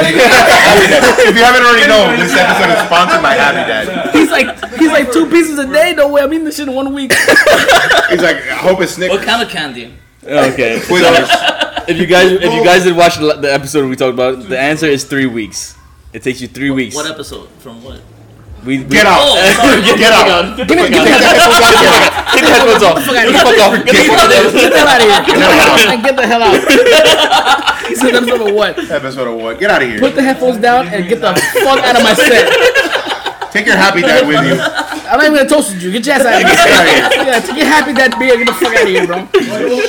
[SPEAKER 1] if you haven't already known, this episode is sponsored by Happy Dad.
[SPEAKER 2] He's like, he's like two pieces a day. No way. I'm eating this shit in one week.
[SPEAKER 1] He's like, I hope it's
[SPEAKER 5] What
[SPEAKER 1] Snickers.
[SPEAKER 5] kind of candy?
[SPEAKER 3] okay.
[SPEAKER 1] Twizzlers.
[SPEAKER 3] If you guys if you guys did watch the the episode we talked about, the answer is three weeks. It takes you three weeks.
[SPEAKER 5] What episode? From what?
[SPEAKER 3] We, we-
[SPEAKER 1] Get out.
[SPEAKER 5] Oh, sorry.
[SPEAKER 3] Get,
[SPEAKER 1] Get out.
[SPEAKER 3] out. Get the fuck out. Get the headphones off. Get the fuck off. Get the fuck off.
[SPEAKER 2] Get the hell out of here. Like, Get the hell out. He said that's number one.
[SPEAKER 1] Episode of what? Get out of here.
[SPEAKER 2] Put the headphones down and get the fuck out of my set.
[SPEAKER 1] Take your Happy Dad with you. Get
[SPEAKER 2] I'm not even gonna toast with you. Get your ass out of here.
[SPEAKER 1] out of here.
[SPEAKER 2] Yeah, take your happy that beer. Get the fuck out of here, bro.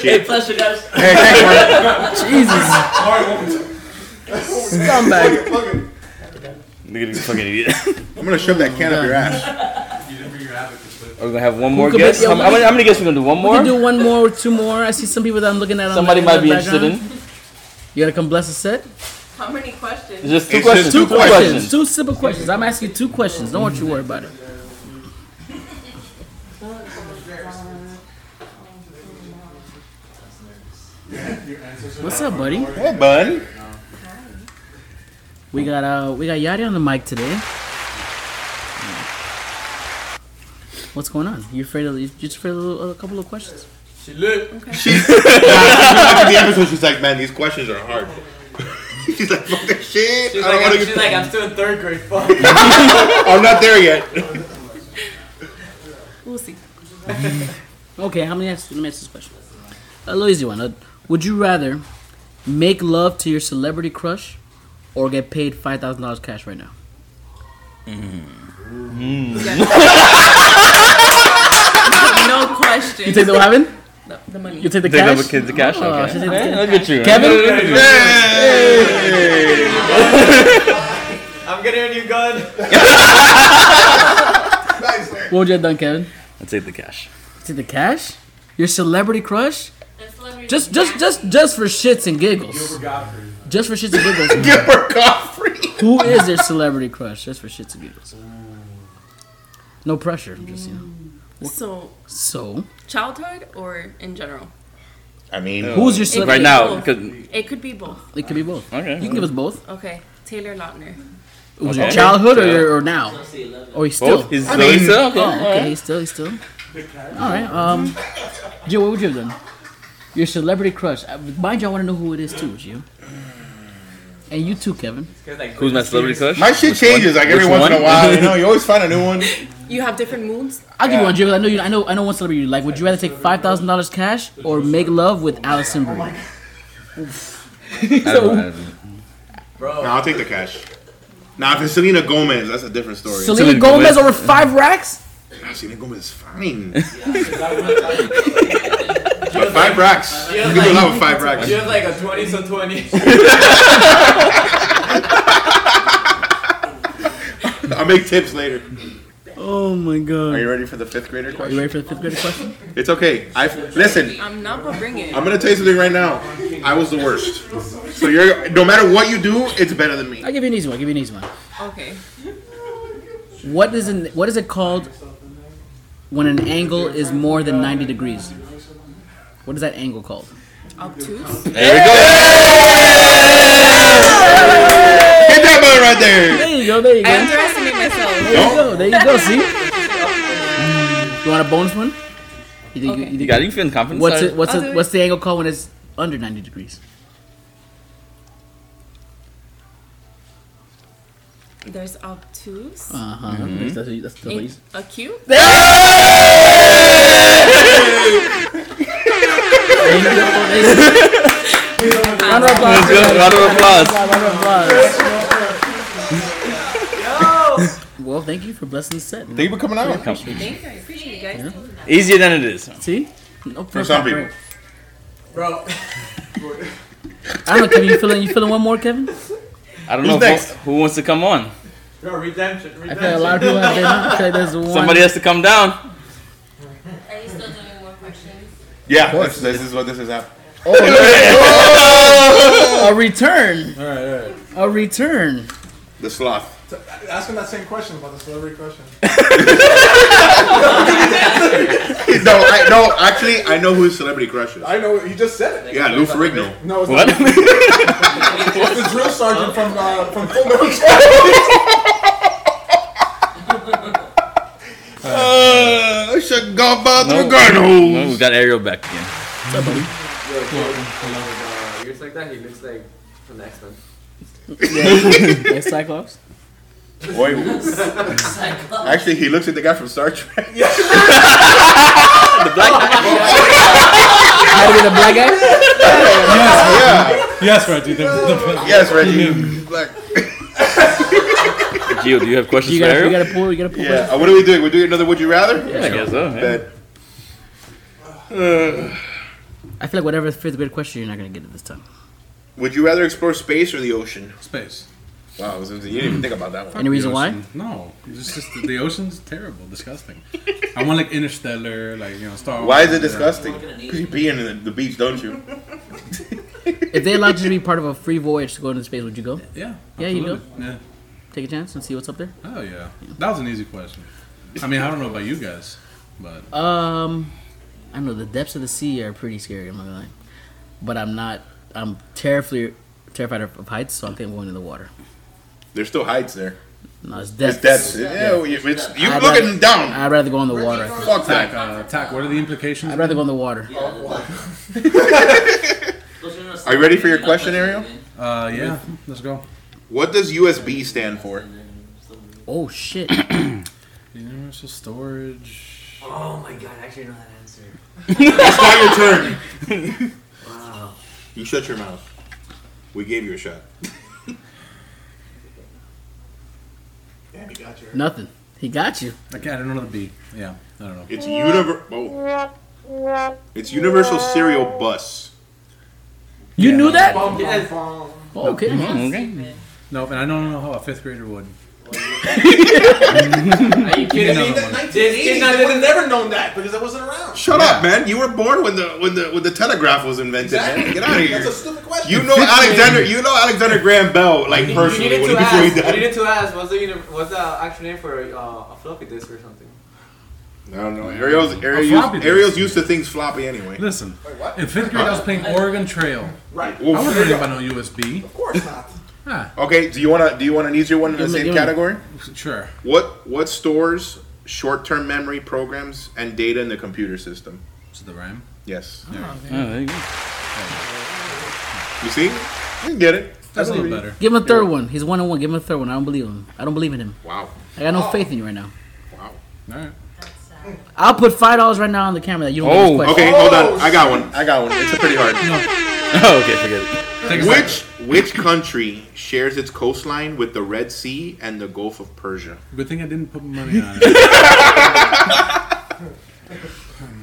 [SPEAKER 5] Hey, pleasure, guys.
[SPEAKER 1] Hey, thanks, Mark.
[SPEAKER 2] Jesus,
[SPEAKER 4] Mario, what was it?
[SPEAKER 2] scumbag.
[SPEAKER 3] Look at this fucking idiot.
[SPEAKER 1] I'm gonna shove that can up your ass.
[SPEAKER 4] You didn't bring your advocate, but
[SPEAKER 3] Are we gonna have one more
[SPEAKER 2] could make-
[SPEAKER 3] guess?
[SPEAKER 2] yo,
[SPEAKER 3] How,
[SPEAKER 2] we
[SPEAKER 3] how many,
[SPEAKER 2] could-
[SPEAKER 3] how many guesses we gonna do? One
[SPEAKER 2] We
[SPEAKER 3] more?
[SPEAKER 2] can do one more, or two more. I see some people that I'm looking at. On
[SPEAKER 3] Somebody
[SPEAKER 2] the,
[SPEAKER 3] might
[SPEAKER 2] the
[SPEAKER 3] be
[SPEAKER 2] background.
[SPEAKER 3] interested in.
[SPEAKER 2] You gotta come bless the set.
[SPEAKER 9] How many questions?
[SPEAKER 3] It's just two
[SPEAKER 1] It's just
[SPEAKER 3] questions.
[SPEAKER 1] two
[SPEAKER 3] Two questions.
[SPEAKER 2] Two simple questions. I'm asking you two questions. Don't want you to worry about it. What's up, buddy?
[SPEAKER 1] Hey, bud.
[SPEAKER 2] We got uh, we got Yadi on the mic today. What's going on? You afraid of? You just afraid of a, little- a couple of questions?
[SPEAKER 4] She lit.
[SPEAKER 1] After the episode, she's like, man, these questions are hard. she's like, fuck that shit. I don't want to.
[SPEAKER 9] like, I'm still in third grade. Fuck.
[SPEAKER 1] I'm not there yet.
[SPEAKER 9] We'll see.
[SPEAKER 2] Okay, how many? Ask, let me ask this question. A little easy one. Uh, would you rather make love to your celebrity crush or get paid five thousand dollars cash right now?
[SPEAKER 8] no question.
[SPEAKER 2] You take the what happened?
[SPEAKER 8] No, the money.
[SPEAKER 2] You take the
[SPEAKER 3] Take
[SPEAKER 2] cash.
[SPEAKER 3] the kids the cash.
[SPEAKER 2] Oh,
[SPEAKER 3] Okay.
[SPEAKER 2] she said-
[SPEAKER 3] Hey, Look at you.
[SPEAKER 2] Kevin,
[SPEAKER 9] I'm getting a new gun.
[SPEAKER 2] what would you have done, Kevin?
[SPEAKER 3] I take the cash.
[SPEAKER 2] Take the cash. Your celebrity crush?
[SPEAKER 8] The celebrity
[SPEAKER 2] Just, just, just, just for shits and giggles.
[SPEAKER 4] Gilbert Godfrey.
[SPEAKER 2] Just for shits and giggles.
[SPEAKER 1] Gilbert Godfrey.
[SPEAKER 2] Who is their celebrity crush? Just for shits and giggles. No pressure. I'm just you know.
[SPEAKER 9] So,
[SPEAKER 2] So,
[SPEAKER 9] childhood or in general?
[SPEAKER 1] I mean,
[SPEAKER 2] who's your
[SPEAKER 9] It-
[SPEAKER 2] celebrity?
[SPEAKER 3] Right now, because
[SPEAKER 9] It could be both.
[SPEAKER 2] It could be both.
[SPEAKER 3] okay.
[SPEAKER 2] You can give us both.
[SPEAKER 9] Okay, Taylor Lautner.
[SPEAKER 2] Was your
[SPEAKER 3] Okay.
[SPEAKER 2] childhood or, your, or now? Or he's still.
[SPEAKER 3] both is
[SPEAKER 1] I
[SPEAKER 3] Zoe
[SPEAKER 1] mean-
[SPEAKER 3] still? Okay.
[SPEAKER 2] oh, okay. He's still. He's still. All right. Um, Gio, what would you have done? Your celebrity crush. Uh, Mind you, I want to know who it is too, Gio. And you too, Kevin.
[SPEAKER 3] Who's my celebrity crush?
[SPEAKER 1] my shit changes like every
[SPEAKER 3] Which
[SPEAKER 1] once in
[SPEAKER 3] one?
[SPEAKER 1] a while. You know, you always find a new one.
[SPEAKER 9] You have different moods?
[SPEAKER 2] I'll give you one, Gio. I know you. I know. I know one celebrity you like. Would you rather take five thousand dollars cash or make love with Allison Brie?
[SPEAKER 3] I don't know.
[SPEAKER 1] No, I'll take the cash. Now, if it's Selena Gomez, that's a different story.
[SPEAKER 2] Selena
[SPEAKER 3] Selena
[SPEAKER 2] Gomez over
[SPEAKER 3] Gomez.
[SPEAKER 2] five racks?
[SPEAKER 1] Nah, Selena Gomez is fine. but five racks. You can go out with five racks.
[SPEAKER 9] You have like a 20 so 20.
[SPEAKER 1] I'll make tips later.
[SPEAKER 2] Oh my
[SPEAKER 1] Are
[SPEAKER 2] god.
[SPEAKER 1] you ready for the fifth grader
[SPEAKER 2] You
[SPEAKER 1] question?
[SPEAKER 2] ready for the fifth grade question?
[SPEAKER 1] It's okay. I listen.
[SPEAKER 9] I'm not gonna bring it.
[SPEAKER 1] I'm gonna tell you something right now. I was the worst. So you're no matter what you do, it's better than me.
[SPEAKER 2] I'll give you an easy one. I'll give you an easy one.
[SPEAKER 9] Okay.
[SPEAKER 2] What is an, what is it called when an angle is more than 90 degrees? What is that angle called?
[SPEAKER 9] Obtuse?
[SPEAKER 1] Get that button right there.
[SPEAKER 2] There you go, there you
[SPEAKER 8] I
[SPEAKER 2] go.
[SPEAKER 8] underestimate myself.
[SPEAKER 2] There you go, there you go, see? You want a bonus one? You think, you
[SPEAKER 3] You
[SPEAKER 2] think,
[SPEAKER 3] got it? You feeling confident?
[SPEAKER 2] what's
[SPEAKER 3] Sorry.
[SPEAKER 2] it, what's
[SPEAKER 9] I'll
[SPEAKER 2] it,
[SPEAKER 9] do it.
[SPEAKER 2] what's the angle called when it's under 90 degrees?
[SPEAKER 9] There's obtuse.
[SPEAKER 1] Uh,
[SPEAKER 2] Uh-huh.
[SPEAKER 1] Mm-hmm.
[SPEAKER 2] That's, that's, that's the least.
[SPEAKER 9] Acute?
[SPEAKER 2] There you go, there you go. Round of applause.
[SPEAKER 3] Let's go. Round of applause.
[SPEAKER 2] Round of applause. Well, thank you for blessing the set.
[SPEAKER 1] Thank you for coming out.
[SPEAKER 3] Come.
[SPEAKER 8] Thank you. I appreciate you guys.
[SPEAKER 3] Easier than it is.
[SPEAKER 2] See? No
[SPEAKER 1] For some people.
[SPEAKER 9] Bro,
[SPEAKER 2] I don't know, Kevin. You feeling? You feeling one more, Kevin?
[SPEAKER 3] I don't know
[SPEAKER 1] Who's next?
[SPEAKER 3] if, who wants to come on.
[SPEAKER 9] bro, redemption,
[SPEAKER 2] I
[SPEAKER 9] redemption.
[SPEAKER 2] feel like a lot of people have been. I feel like there's one.
[SPEAKER 3] Somebody has to come down.
[SPEAKER 8] Are you still doing more questions?
[SPEAKER 1] Yeah, this, this is what this is happening.
[SPEAKER 2] Oh, a return.
[SPEAKER 4] All right, all right.
[SPEAKER 2] A return.
[SPEAKER 1] The sloth.
[SPEAKER 4] uh, Ask him that same question about the celebrity question.
[SPEAKER 1] no, I, no, actually, I know who his celebrity crush is.
[SPEAKER 4] I know he just said it.
[SPEAKER 1] Yeah, Lou Ferrigno.
[SPEAKER 4] No, it's
[SPEAKER 3] What?
[SPEAKER 4] not. It's the drill sergeant from uh, from Full Metal Jacket.
[SPEAKER 1] Uh, I should go about the
[SPEAKER 3] No, Oh, we
[SPEAKER 1] Regano.
[SPEAKER 3] got Ariel back again.
[SPEAKER 5] Years like that, he looks like from the X Men.
[SPEAKER 2] Like Cyclops.
[SPEAKER 1] Actually, he looks like the guy from Star Trek.
[SPEAKER 3] The black
[SPEAKER 2] How to be the black guy?
[SPEAKER 1] Oh, yeah.
[SPEAKER 4] Yes, Reggie. The, the,
[SPEAKER 1] Yes, Reggie. Black.
[SPEAKER 3] Gio, do you have questions
[SPEAKER 2] You
[SPEAKER 3] for
[SPEAKER 2] gotta, you
[SPEAKER 3] Ariel?
[SPEAKER 2] gotta pull. You gotta pull.
[SPEAKER 1] Yeah. Uh, what are we doing? We're doing another Would You Rather? Uh,
[SPEAKER 3] I guess so. yeah.
[SPEAKER 1] That
[SPEAKER 2] I feel like whatever fifth grade question, you're not gonna get it this time.
[SPEAKER 1] Would you rather explore space or the ocean?
[SPEAKER 6] Space.
[SPEAKER 1] Wow, you didn't even think about that one.
[SPEAKER 2] Any reason why?
[SPEAKER 6] Ocean. No, it's just the ocean's terrible, disgusting. I want like interstellar, like you know, Star Wars.
[SPEAKER 1] Why is it disgusting? Because you pee in the, the beach, don't you?
[SPEAKER 2] If they allowed you to be part of a free voyage to go into space, would you go?
[SPEAKER 6] Yeah.
[SPEAKER 2] Yeah, you do.
[SPEAKER 6] absolutely. Yeah.
[SPEAKER 2] Take a chance and see what's up there.
[SPEAKER 6] Oh yeah. That was an easy question. I mean, I don't know about you guys, but
[SPEAKER 2] Um, I know the depths of the sea are pretty scary. I'm not gonna lie, but I'm not. I'm terribly terrified of, of heights, so I'm thinking going in the water.
[SPEAKER 1] There's still heights there.
[SPEAKER 2] No, it's depths.
[SPEAKER 1] It's depths. Yeah, well, you- it's, you
[SPEAKER 2] I'd
[SPEAKER 1] looking
[SPEAKER 2] rather-
[SPEAKER 1] down.
[SPEAKER 2] I'd rather go in the water. I think.
[SPEAKER 1] Fuck
[SPEAKER 6] Tack,
[SPEAKER 1] that.
[SPEAKER 6] uh, Tack, what are the implications?
[SPEAKER 2] I'd rather go in the water.
[SPEAKER 1] Are you ready for your question, Ariel?
[SPEAKER 6] Uh, yeah, let's go.
[SPEAKER 1] What does USB stand for?
[SPEAKER 2] Oh shit!
[SPEAKER 6] Universal storage.
[SPEAKER 5] Oh my god, I actually know that answer.
[SPEAKER 1] It's not your turn. You shut your mouth. We gave you a shot. Damn, you got
[SPEAKER 4] got you.
[SPEAKER 2] Nothing. He got you.
[SPEAKER 6] Like, I don't know the B. Yeah, I don't know.
[SPEAKER 1] It's univer- oh. It's Universal Serial Bus.
[SPEAKER 2] You knew that?
[SPEAKER 9] Yes.
[SPEAKER 2] Oh, okay.
[SPEAKER 3] okay.
[SPEAKER 6] No, Oh, and I don't know how a fifth grader would.
[SPEAKER 9] Are you kidding me?
[SPEAKER 6] Another one.
[SPEAKER 9] This kid not
[SPEAKER 4] I would have
[SPEAKER 9] living there.
[SPEAKER 4] never known that because I wasn't around.
[SPEAKER 1] Shut up, man! You were born when the when the when the telegraph was invented. Man. Get out of
[SPEAKER 4] That's
[SPEAKER 1] here.
[SPEAKER 4] a stupid question.
[SPEAKER 1] You know Alexander. You know Alexander Graham Bell like
[SPEAKER 9] You
[SPEAKER 1] personally
[SPEAKER 9] needed
[SPEAKER 1] when,
[SPEAKER 9] to
[SPEAKER 1] before he
[SPEAKER 9] ask. You
[SPEAKER 1] died.
[SPEAKER 9] needed to ask. What's the uni- what's the actual name for uh, a floppy disk or something?
[SPEAKER 1] I don't know. Ariel's Ariel
[SPEAKER 6] A floppy
[SPEAKER 1] used,
[SPEAKER 6] disk.
[SPEAKER 1] Ariel's used to things floppy anyway.
[SPEAKER 6] Listen,
[SPEAKER 4] what?
[SPEAKER 6] in fifth grade, I was playing Oregon Trail.
[SPEAKER 4] Right.
[SPEAKER 6] I
[SPEAKER 1] Well,
[SPEAKER 6] wasn't learning about no USB.
[SPEAKER 4] Of course not.
[SPEAKER 6] Ah,
[SPEAKER 1] okay. Do you wanna do you want an easier one in the
[SPEAKER 2] Give me-
[SPEAKER 1] same
[SPEAKER 2] give me-
[SPEAKER 1] category?
[SPEAKER 6] sure.
[SPEAKER 1] What what stores short term memory programs and data in the computer system?
[SPEAKER 6] So the rhyme.
[SPEAKER 1] Yes.
[SPEAKER 3] Oh, there you go.
[SPEAKER 1] You see? You can get it.
[SPEAKER 6] That's a little better.
[SPEAKER 2] Give him a third one. He's one on one. Give him a third one. I don't believe him. I don't believe in him.
[SPEAKER 1] Wow.
[SPEAKER 2] I got no faith in you right now.
[SPEAKER 1] Wow.
[SPEAKER 6] All right.
[SPEAKER 2] I'll put five dollars right now on the camera that you don't get
[SPEAKER 3] Oh,
[SPEAKER 2] this question.
[SPEAKER 1] Okay, hold on. I got one. I got one. It's a pretty hard.
[SPEAKER 3] Oh, okay, forget it.
[SPEAKER 6] Take a second.
[SPEAKER 1] Which which country shares its coastline with the Red Sea and the Gulf of Persia?
[SPEAKER 6] Good thing I didn't put money on it.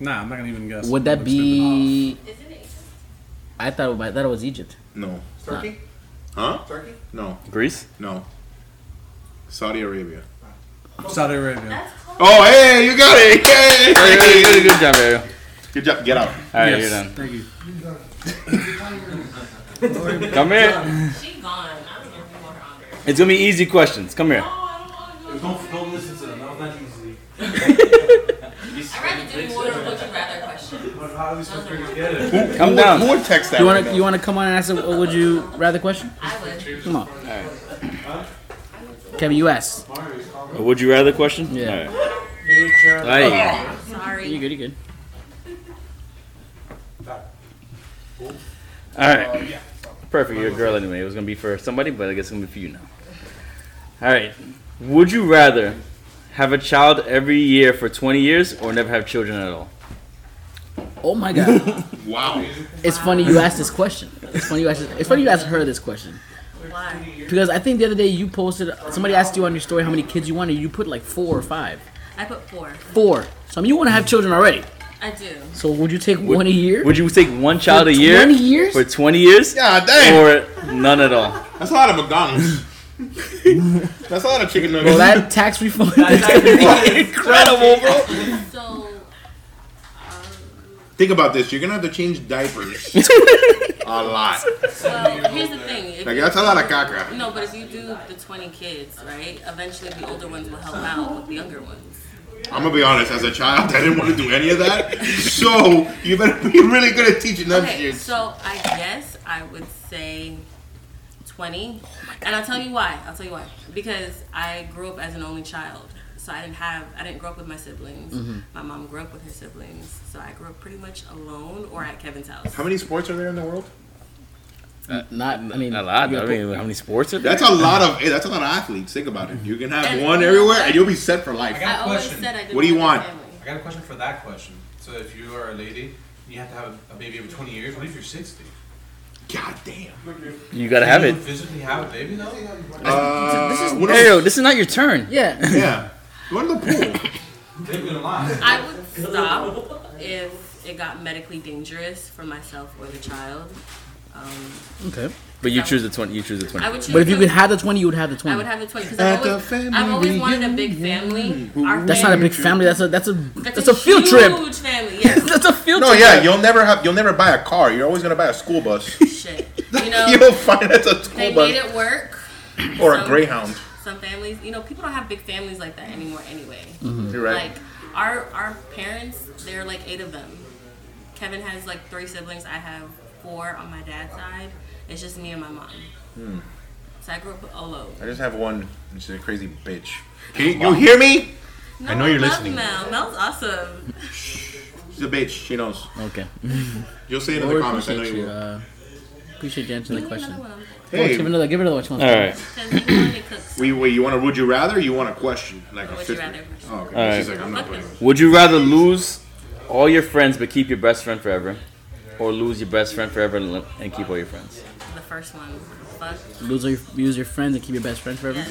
[SPEAKER 6] nah, I'm not gonna even guess.
[SPEAKER 2] Would that
[SPEAKER 6] Looks stupid.
[SPEAKER 2] be?
[SPEAKER 8] Isn't it?
[SPEAKER 2] I thought about, I thought it was Egypt.
[SPEAKER 1] No.
[SPEAKER 4] Turkey?
[SPEAKER 1] Huh?
[SPEAKER 4] Turkey?
[SPEAKER 1] No.
[SPEAKER 3] Greece?
[SPEAKER 1] No. Saudi Arabia.
[SPEAKER 6] Saudi Arabia?
[SPEAKER 8] That's called.
[SPEAKER 1] Oh, hey, you got it. Yay.
[SPEAKER 3] Good, good job, Ariel.
[SPEAKER 1] Good job. Get out.
[SPEAKER 3] All right,
[SPEAKER 6] Yes,
[SPEAKER 3] you're done.
[SPEAKER 6] Thank you.
[SPEAKER 3] Come here.
[SPEAKER 8] She gone. I don't know if you want her on there.
[SPEAKER 3] It's gonna be easy questions. Come here.
[SPEAKER 8] No, Oh, I don't want to do
[SPEAKER 4] Don't, don't listen to them. That was not easy.
[SPEAKER 8] I'd rather do water would you rather question.
[SPEAKER 4] But how do these figures get it?
[SPEAKER 3] Come down.
[SPEAKER 1] Who would text that?
[SPEAKER 2] You
[SPEAKER 1] right
[SPEAKER 2] want to
[SPEAKER 1] now?
[SPEAKER 2] you want to come on and ask a would you rather question?
[SPEAKER 8] I would.
[SPEAKER 2] Come on. Kevin, you asked.
[SPEAKER 3] A Would you rather question?
[SPEAKER 2] Yeah.
[SPEAKER 3] All
[SPEAKER 2] You
[SPEAKER 3] right. Hey.
[SPEAKER 8] Sorry.
[SPEAKER 2] good? You good?
[SPEAKER 3] All right. Perfect. You're a girl anyway. It was gonna be for somebody, but I guess it's gonna be for you now. All right. Would you rather have a child every year for 20 years or never have children at all?
[SPEAKER 2] Oh my god!
[SPEAKER 1] Wow.
[SPEAKER 2] It's funny you asked this question. It's funny you asked. It's funny you asked her this question
[SPEAKER 8] Why?
[SPEAKER 2] because I think the other day you posted somebody asked you on your story how many kids you wanted. You put like four or five.
[SPEAKER 8] I put four.
[SPEAKER 2] Four. So I mean you want to have children already.
[SPEAKER 8] I do.
[SPEAKER 2] So would you take one a year?
[SPEAKER 3] Would you take one child
[SPEAKER 2] For
[SPEAKER 3] a year
[SPEAKER 2] 20 years?
[SPEAKER 3] for 20 years
[SPEAKER 1] God damn.
[SPEAKER 3] or none at all?
[SPEAKER 1] That's a lot of McDonald's. That's a lot of chicken nuggets.
[SPEAKER 2] Bro, that tax refund is gonna be incredible, bro.
[SPEAKER 8] So
[SPEAKER 1] Think about this. You're gonna have to change diapers a lot.
[SPEAKER 8] well, here's the thing. If
[SPEAKER 1] Like
[SPEAKER 8] you-
[SPEAKER 1] that's a lot of caca.
[SPEAKER 8] no, but if you do the 20 kids, right? Eventually, the older ones will help out with the younger ones.
[SPEAKER 1] I'm gonna be honest. As a child, I didn't want to do any of that. So you better be really good at teaching them
[SPEAKER 8] Okay,
[SPEAKER 1] shit.
[SPEAKER 8] so I guess I would say 20. and I'll tell you why. I'll tell you why. Because I grew up as an only child. So I didn't have, I didn't grow up with my siblings.
[SPEAKER 2] Mm-hmm.
[SPEAKER 8] My mom grew up with her siblings. So I grew up pretty much alone or at Kevin's house.
[SPEAKER 1] How many sports are there in the world?
[SPEAKER 2] Not. I mean
[SPEAKER 3] A lot.
[SPEAKER 2] you
[SPEAKER 3] I
[SPEAKER 2] gotta
[SPEAKER 3] mean, how many sports are there?
[SPEAKER 1] That's a lot of. Hey, that's a lot of athletes. Think about it. You can have
[SPEAKER 8] And-
[SPEAKER 1] one everywhere, and you'll be set for life.
[SPEAKER 8] I always
[SPEAKER 4] Question.
[SPEAKER 8] said I didn't
[SPEAKER 1] What do you
[SPEAKER 8] want a
[SPEAKER 1] want?
[SPEAKER 8] family.
[SPEAKER 4] I got a question for that question. So if you are a lady, you have to have a baby every 20 years. What if you're 60?
[SPEAKER 1] God damn.
[SPEAKER 3] You gotta have
[SPEAKER 4] Can
[SPEAKER 3] it.
[SPEAKER 4] you physically have a baby though?
[SPEAKER 1] Uh,
[SPEAKER 2] This is-
[SPEAKER 1] what else?
[SPEAKER 3] Ariel, this is not your turn.
[SPEAKER 2] put- yeah.
[SPEAKER 1] Yeah. Go to the pool.
[SPEAKER 4] They've been alive.
[SPEAKER 8] I would stop if it got medically dangerous for myself or the child. Um,
[SPEAKER 2] Okay.
[SPEAKER 3] But you choose the 20. You choose the 20.
[SPEAKER 8] I would choose
[SPEAKER 2] But if you
[SPEAKER 8] to-
[SPEAKER 2] could have the twenty, you would have the
[SPEAKER 8] I
[SPEAKER 2] twenty.
[SPEAKER 8] would have the 20 because
[SPEAKER 1] At
[SPEAKER 8] I've
[SPEAKER 1] the
[SPEAKER 8] always,
[SPEAKER 1] family
[SPEAKER 8] I've always wanted a big family. Our
[SPEAKER 2] That's not a
[SPEAKER 8] family-
[SPEAKER 2] big family. That's a that's a
[SPEAKER 8] That's,
[SPEAKER 2] that's a field trip.
[SPEAKER 8] Huge family. Yes.
[SPEAKER 2] That's a field
[SPEAKER 1] No,
[SPEAKER 2] trip.
[SPEAKER 1] yeah, you'll never have. You'll never buy a car. You're always gonna buy a school bus.
[SPEAKER 8] Shit. You know,
[SPEAKER 1] You'll finance a
[SPEAKER 8] they
[SPEAKER 1] school
[SPEAKER 8] made
[SPEAKER 1] bus
[SPEAKER 8] it work.
[SPEAKER 1] or a
[SPEAKER 8] some-
[SPEAKER 1] Greyhound.
[SPEAKER 8] Some families, you know, people don't have big families like that anymore. Anyway,
[SPEAKER 1] You're Mm-hmm. right.
[SPEAKER 8] like our our parents, there are like eight of them. Kevin has like three siblings. I have four on my dad's side. It's just me and my mom.
[SPEAKER 1] Hmm.
[SPEAKER 8] So I grew up alone.
[SPEAKER 1] I just have one. and She's a crazy bitch. Can you, you hear me?
[SPEAKER 8] No,
[SPEAKER 1] know you're
[SPEAKER 8] love
[SPEAKER 1] listening.
[SPEAKER 8] Mel. Mel's awesome.
[SPEAKER 1] She's a bitch. She knows.
[SPEAKER 2] Okay.
[SPEAKER 1] You'll say it in
[SPEAKER 2] Well, we
[SPEAKER 1] the comments. I know
[SPEAKER 2] appreciate
[SPEAKER 1] you
[SPEAKER 2] you.
[SPEAKER 1] will.
[SPEAKER 2] Uh, appreciate you answering the question.
[SPEAKER 8] Another one.
[SPEAKER 2] Hey.
[SPEAKER 1] Hey,
[SPEAKER 2] Give it another. Give it another one. She wants
[SPEAKER 3] All right.
[SPEAKER 8] Because we wanted to cook.
[SPEAKER 1] we, wait, you want a would you rather? Or you want a question? Like a
[SPEAKER 8] Would you
[SPEAKER 1] fifth-
[SPEAKER 8] rather
[SPEAKER 1] Oh, okay.
[SPEAKER 3] All
[SPEAKER 1] She's
[SPEAKER 3] right.
[SPEAKER 1] like, I'm not playing. with
[SPEAKER 3] Would you rather lose all your friends but keep your best friend forever, or lose your best friend forever and and keep all your friends?
[SPEAKER 8] The first one. Fuck.
[SPEAKER 1] Hmm?
[SPEAKER 2] Lose all your, lose your friends and keep your best friend forever.
[SPEAKER 8] Yes.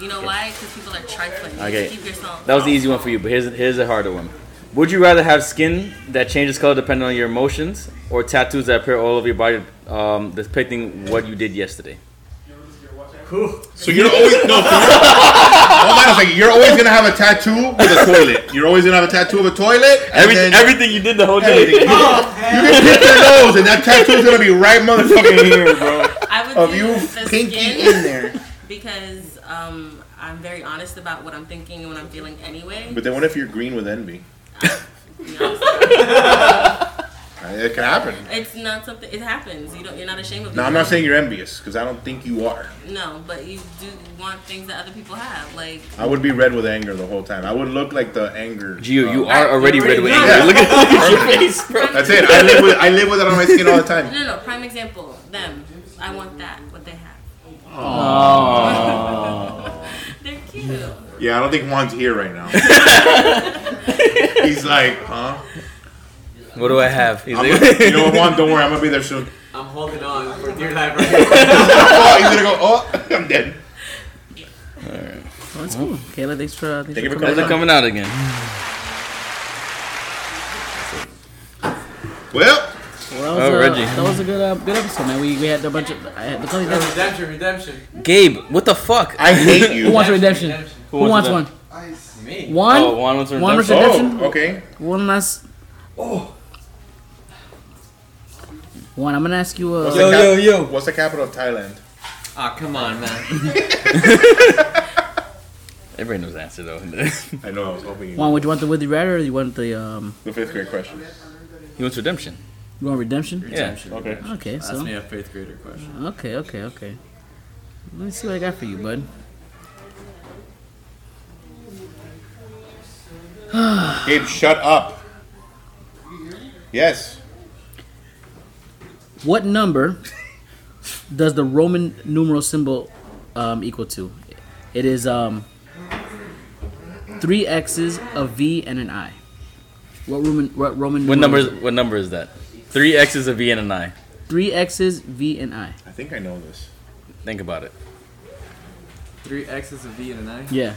[SPEAKER 8] You know why? Because people are trifling. You
[SPEAKER 3] Okay.
[SPEAKER 8] Keep yourself.
[SPEAKER 3] That was the easy one for you, but here's here's a harder one. Would you rather have skin that changes color depending on your emotions, or tattoos that appear all over your body, um, depicting what you did yesterday?
[SPEAKER 1] So you're always no. So you're, hold on a second. You're always gonna have a tattoo with a toilet. You're always gonna have a tattoo of a toilet. and
[SPEAKER 3] Every,
[SPEAKER 1] then
[SPEAKER 3] everything you did the whole day.
[SPEAKER 1] everything. You can hit your nose, and that tattoo's gonna be right motherfucking here, bro.
[SPEAKER 8] I would
[SPEAKER 1] Of
[SPEAKER 8] do
[SPEAKER 1] you
[SPEAKER 8] the
[SPEAKER 1] pinky
[SPEAKER 8] skin
[SPEAKER 1] in there.
[SPEAKER 8] because um, I'm very honest about what I'm thinking and what I'm feeling anyway.
[SPEAKER 1] But then what if you're green with envy?
[SPEAKER 8] to be honest.
[SPEAKER 1] It can happen.
[SPEAKER 8] It's not something. It happens. You don't. You're not ashamed of.
[SPEAKER 1] No, I'm
[SPEAKER 8] yourself.
[SPEAKER 1] not saying you're envious because I don't think you are.
[SPEAKER 8] No, but you do want things that other people have. Like
[SPEAKER 1] I would be red with anger the whole time. I would look like the anger.
[SPEAKER 3] Gio, you
[SPEAKER 1] uh,
[SPEAKER 3] are already red with anger.
[SPEAKER 1] Yeah.
[SPEAKER 3] Look at, look at your face, bro.
[SPEAKER 8] prime-
[SPEAKER 1] That's it. I live with I live with it on my skin all the time.
[SPEAKER 8] No, no, no. Prime example. Them. I want that. What they have. They're cute.
[SPEAKER 1] Yeah, I don't think Juan's here right now. He's like, huh?
[SPEAKER 3] What do I have? He's
[SPEAKER 1] I'm
[SPEAKER 3] like,
[SPEAKER 1] gonna- you know what, Juan? Don't worry, I'm gonna be there soon.
[SPEAKER 9] I'm holding on for dear life right
[SPEAKER 1] Oh, he's gonna go. Oh, I'm dead.
[SPEAKER 2] Oh, that's cool. Kayla, thanks for, uh, thanks
[SPEAKER 1] Thank you
[SPEAKER 2] for
[SPEAKER 1] for
[SPEAKER 2] coming.
[SPEAKER 1] coming.
[SPEAKER 3] they're coming out again.
[SPEAKER 1] Well,
[SPEAKER 2] Well,
[SPEAKER 3] Oh,
[SPEAKER 2] that was,
[SPEAKER 3] Reggie.
[SPEAKER 2] uh, that was a good, uh, good episode, man. We, we had a bunch of. I had, the only
[SPEAKER 9] now.
[SPEAKER 2] thing-
[SPEAKER 9] redemption, redemption.
[SPEAKER 3] Gabe, what the fuck?
[SPEAKER 1] I hate you.
[SPEAKER 2] who wants a redemption? Who wants,
[SPEAKER 3] redemption?
[SPEAKER 2] one?
[SPEAKER 7] I
[SPEAKER 9] Me.
[SPEAKER 2] One?
[SPEAKER 3] Oh, Juan wants
[SPEAKER 2] Juan wants
[SPEAKER 3] redemption.
[SPEAKER 1] Oh, okay.
[SPEAKER 2] One last. Oh. One. I'm gonna ask you. Uh,
[SPEAKER 1] What's the cap-
[SPEAKER 5] yo.
[SPEAKER 1] What's the capital of Thailand?
[SPEAKER 5] Ah, come on, man.
[SPEAKER 3] Everybody knows the answer though.
[SPEAKER 1] I know. I was hoping you.
[SPEAKER 2] Juan, would you want the Woody Rider or you want the um?
[SPEAKER 1] The fifth grade question.
[SPEAKER 3] he wants redemption.
[SPEAKER 2] You want Redemption?
[SPEAKER 3] Yeah.
[SPEAKER 1] Okay.
[SPEAKER 2] Okay,
[SPEAKER 5] That's
[SPEAKER 2] so
[SPEAKER 5] me a fifth grader question.
[SPEAKER 2] okay, okay, okay. Let me see what I got for you, bud.
[SPEAKER 1] Gabe, shut up. Yes.
[SPEAKER 2] What number does the Roman numeral symbol um, equal to? It is um, three X's, a V, and an I. What Roman? What Roman?
[SPEAKER 3] What
[SPEAKER 2] numeral-
[SPEAKER 3] number? Is, what number is that? Three X's, a V, and an I.
[SPEAKER 2] Three X's, V, and I.
[SPEAKER 1] I think I know this.
[SPEAKER 3] Think about it.
[SPEAKER 5] Three X's, a V, and an I.
[SPEAKER 2] Yeah.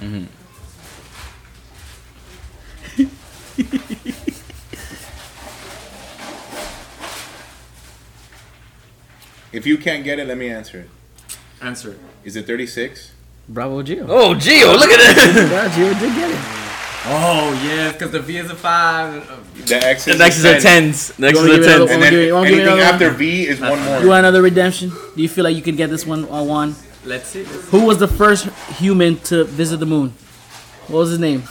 [SPEAKER 1] If you can't get it, let me answer it.
[SPEAKER 5] Answer it.
[SPEAKER 1] Is it 36?
[SPEAKER 2] Bravo, Gio.
[SPEAKER 3] Oh, Gio, look at it.
[SPEAKER 2] Yeah, Gio did get it.
[SPEAKER 5] Oh yeah, because the V is a five. And, uh,
[SPEAKER 1] The X is
[SPEAKER 3] The X's are tens. The
[SPEAKER 2] give
[SPEAKER 3] X's are
[SPEAKER 2] it another
[SPEAKER 3] tens.
[SPEAKER 1] And
[SPEAKER 2] Wanna
[SPEAKER 1] then
[SPEAKER 2] give me- wanna give me
[SPEAKER 1] anything
[SPEAKER 2] another
[SPEAKER 1] after V is one
[SPEAKER 2] You
[SPEAKER 1] more.
[SPEAKER 2] want another redemption? Do you feel like you could get this one on one?
[SPEAKER 5] let's see. Let's see.
[SPEAKER 2] Who was the first human to visit the moon? What was his name?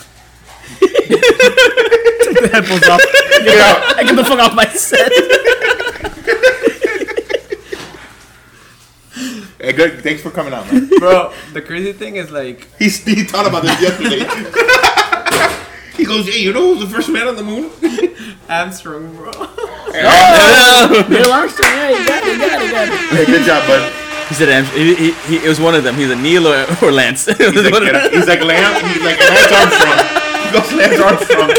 [SPEAKER 2] Take the headphones off. Get out. I get the fuck off my set.
[SPEAKER 1] Hey, good. Thanks for coming out, man.
[SPEAKER 5] Bro, the crazy thing is like
[SPEAKER 1] He, he thought about this yesterday. he goes, hey, you know who's the first man on the moon?
[SPEAKER 5] Armstrong, bro.
[SPEAKER 2] Neil Armstrong. Yeah, you got it, you got it, you got it.
[SPEAKER 1] Hey, good job, bud.
[SPEAKER 3] He said Am- he, he, he, it was one of them. He was a Neil or, or Lance. It was
[SPEAKER 1] He's like,
[SPEAKER 3] one of
[SPEAKER 1] get
[SPEAKER 3] them.
[SPEAKER 1] up. he's like Lance, he's like Lance Armstrong. He goes Lance Armstrong.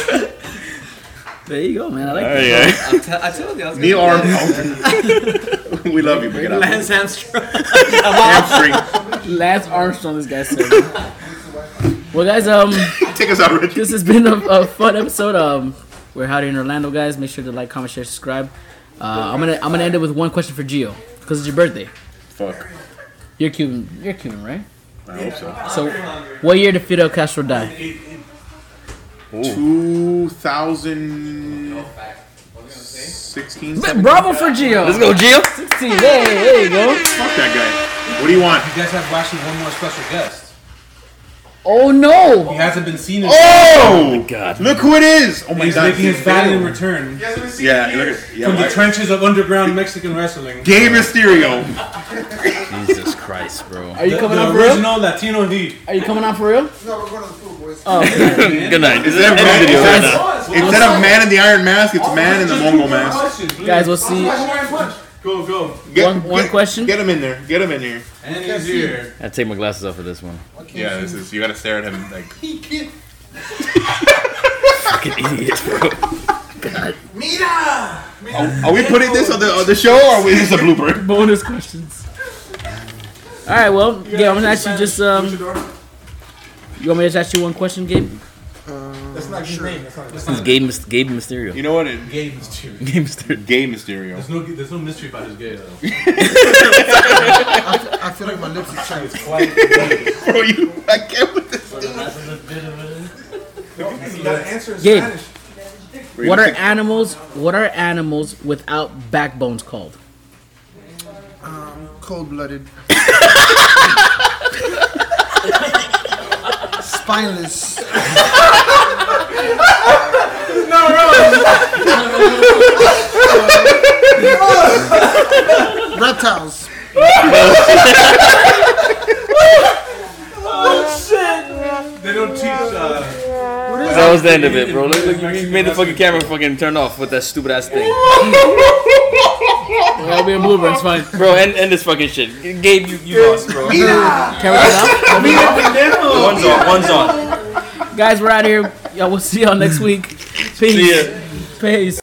[SPEAKER 2] There you go, man. I like that.
[SPEAKER 5] I, tell, I told you I was
[SPEAKER 1] Neil
[SPEAKER 5] gonna-
[SPEAKER 1] Armstrong. we love you, but get out.
[SPEAKER 5] Lance Armstrong.
[SPEAKER 1] Hamstring.
[SPEAKER 2] Lance Armstrong. This guy said. well, guys, um.
[SPEAKER 1] Take us out, Richard.
[SPEAKER 2] this has been a, a fun episode. Um, we're out here in Orlando, guys. Make sure to like, comment, share, subscribe. Uh, I'm gonna I'm gonna end it with one question for Gio because it's your birthday.
[SPEAKER 1] Fuck.
[SPEAKER 2] You're Cuban. You're Cuban, right?
[SPEAKER 1] I hope so.
[SPEAKER 2] So, what year did Fidel Castro die?
[SPEAKER 1] 2016.
[SPEAKER 2] Bravo for Gio.
[SPEAKER 3] Let's go, Gio.
[SPEAKER 2] 16. Hey, there you go.
[SPEAKER 1] Fuck that guy. What do you want?
[SPEAKER 4] You guys have actually one more special guest.
[SPEAKER 2] Oh no.
[SPEAKER 4] He hasn't been seen in
[SPEAKER 1] Oh!
[SPEAKER 3] God.
[SPEAKER 1] Look who it is! Oh my
[SPEAKER 4] He's
[SPEAKER 1] god.
[SPEAKER 4] making his valiant return
[SPEAKER 1] Yeah, look at yeah,
[SPEAKER 4] from the
[SPEAKER 1] like,
[SPEAKER 4] trenches of underground Mexican wrestling.
[SPEAKER 1] Gay Mysterio.
[SPEAKER 3] Jesus Christ, bro.
[SPEAKER 2] Are you
[SPEAKER 4] The,
[SPEAKER 2] coming
[SPEAKER 4] the
[SPEAKER 2] on for real?
[SPEAKER 4] original Latino heat.
[SPEAKER 2] Are you coming on for real? Oh,
[SPEAKER 7] No, we're going to the pool, boys.
[SPEAKER 3] Good night.
[SPEAKER 1] Is that
[SPEAKER 3] End the
[SPEAKER 1] right?
[SPEAKER 3] video
[SPEAKER 1] Is
[SPEAKER 3] right
[SPEAKER 1] that-
[SPEAKER 3] now.
[SPEAKER 1] Instead of man in the iron mask, it's man in the Mongol mask.
[SPEAKER 2] Guys, we'll see.
[SPEAKER 4] Go, go.
[SPEAKER 1] Get,
[SPEAKER 2] One- one
[SPEAKER 1] get-
[SPEAKER 2] question?
[SPEAKER 1] Get him in there. Get him in here.
[SPEAKER 4] And he's here.
[SPEAKER 3] I take my glasses off for this one.
[SPEAKER 1] Yeah, this is. You gotta stare at him like.
[SPEAKER 3] Fucking idiot, bro.
[SPEAKER 1] Are we putting this on the on the show or is this a blooper?
[SPEAKER 2] Bonus questions. All right. Well, yeah, I'm gonna actually just um. You want me to just ask you one question, Gabe?
[SPEAKER 6] That's not his name. That's not his
[SPEAKER 3] This is Gabe, Mys- Gabe Mysterio.
[SPEAKER 1] You know what? It,
[SPEAKER 4] Gay mystery.
[SPEAKER 3] Gabe Mysterio.
[SPEAKER 1] gay Mysterio.
[SPEAKER 4] There's no, there's no mystery about his gay though.
[SPEAKER 7] I feel, I feel like my lips are chapped.
[SPEAKER 1] Bro, you, I can't with this.
[SPEAKER 6] name. You gotta answer in
[SPEAKER 2] Gabe.
[SPEAKER 6] Spanish.
[SPEAKER 2] What are animals? What are animals without backbones called?
[SPEAKER 7] Cold blooded. Spineless. no, Reptiles.
[SPEAKER 4] They don't teach. Uh,
[SPEAKER 3] That was the end of it, bro. Look, look, you made the fucking camera fucking turn off with that stupid ass thing.
[SPEAKER 2] That'll be a blooper. It's fine.
[SPEAKER 3] Bro, end, end this fucking shit. Gabe, you, you lost, bro.
[SPEAKER 2] Camera cut off?
[SPEAKER 3] One's on, one's on.
[SPEAKER 2] Guys, we're out of here. Y'all, we'll see y'all next week. Peace.
[SPEAKER 3] See ya.
[SPEAKER 2] Peace.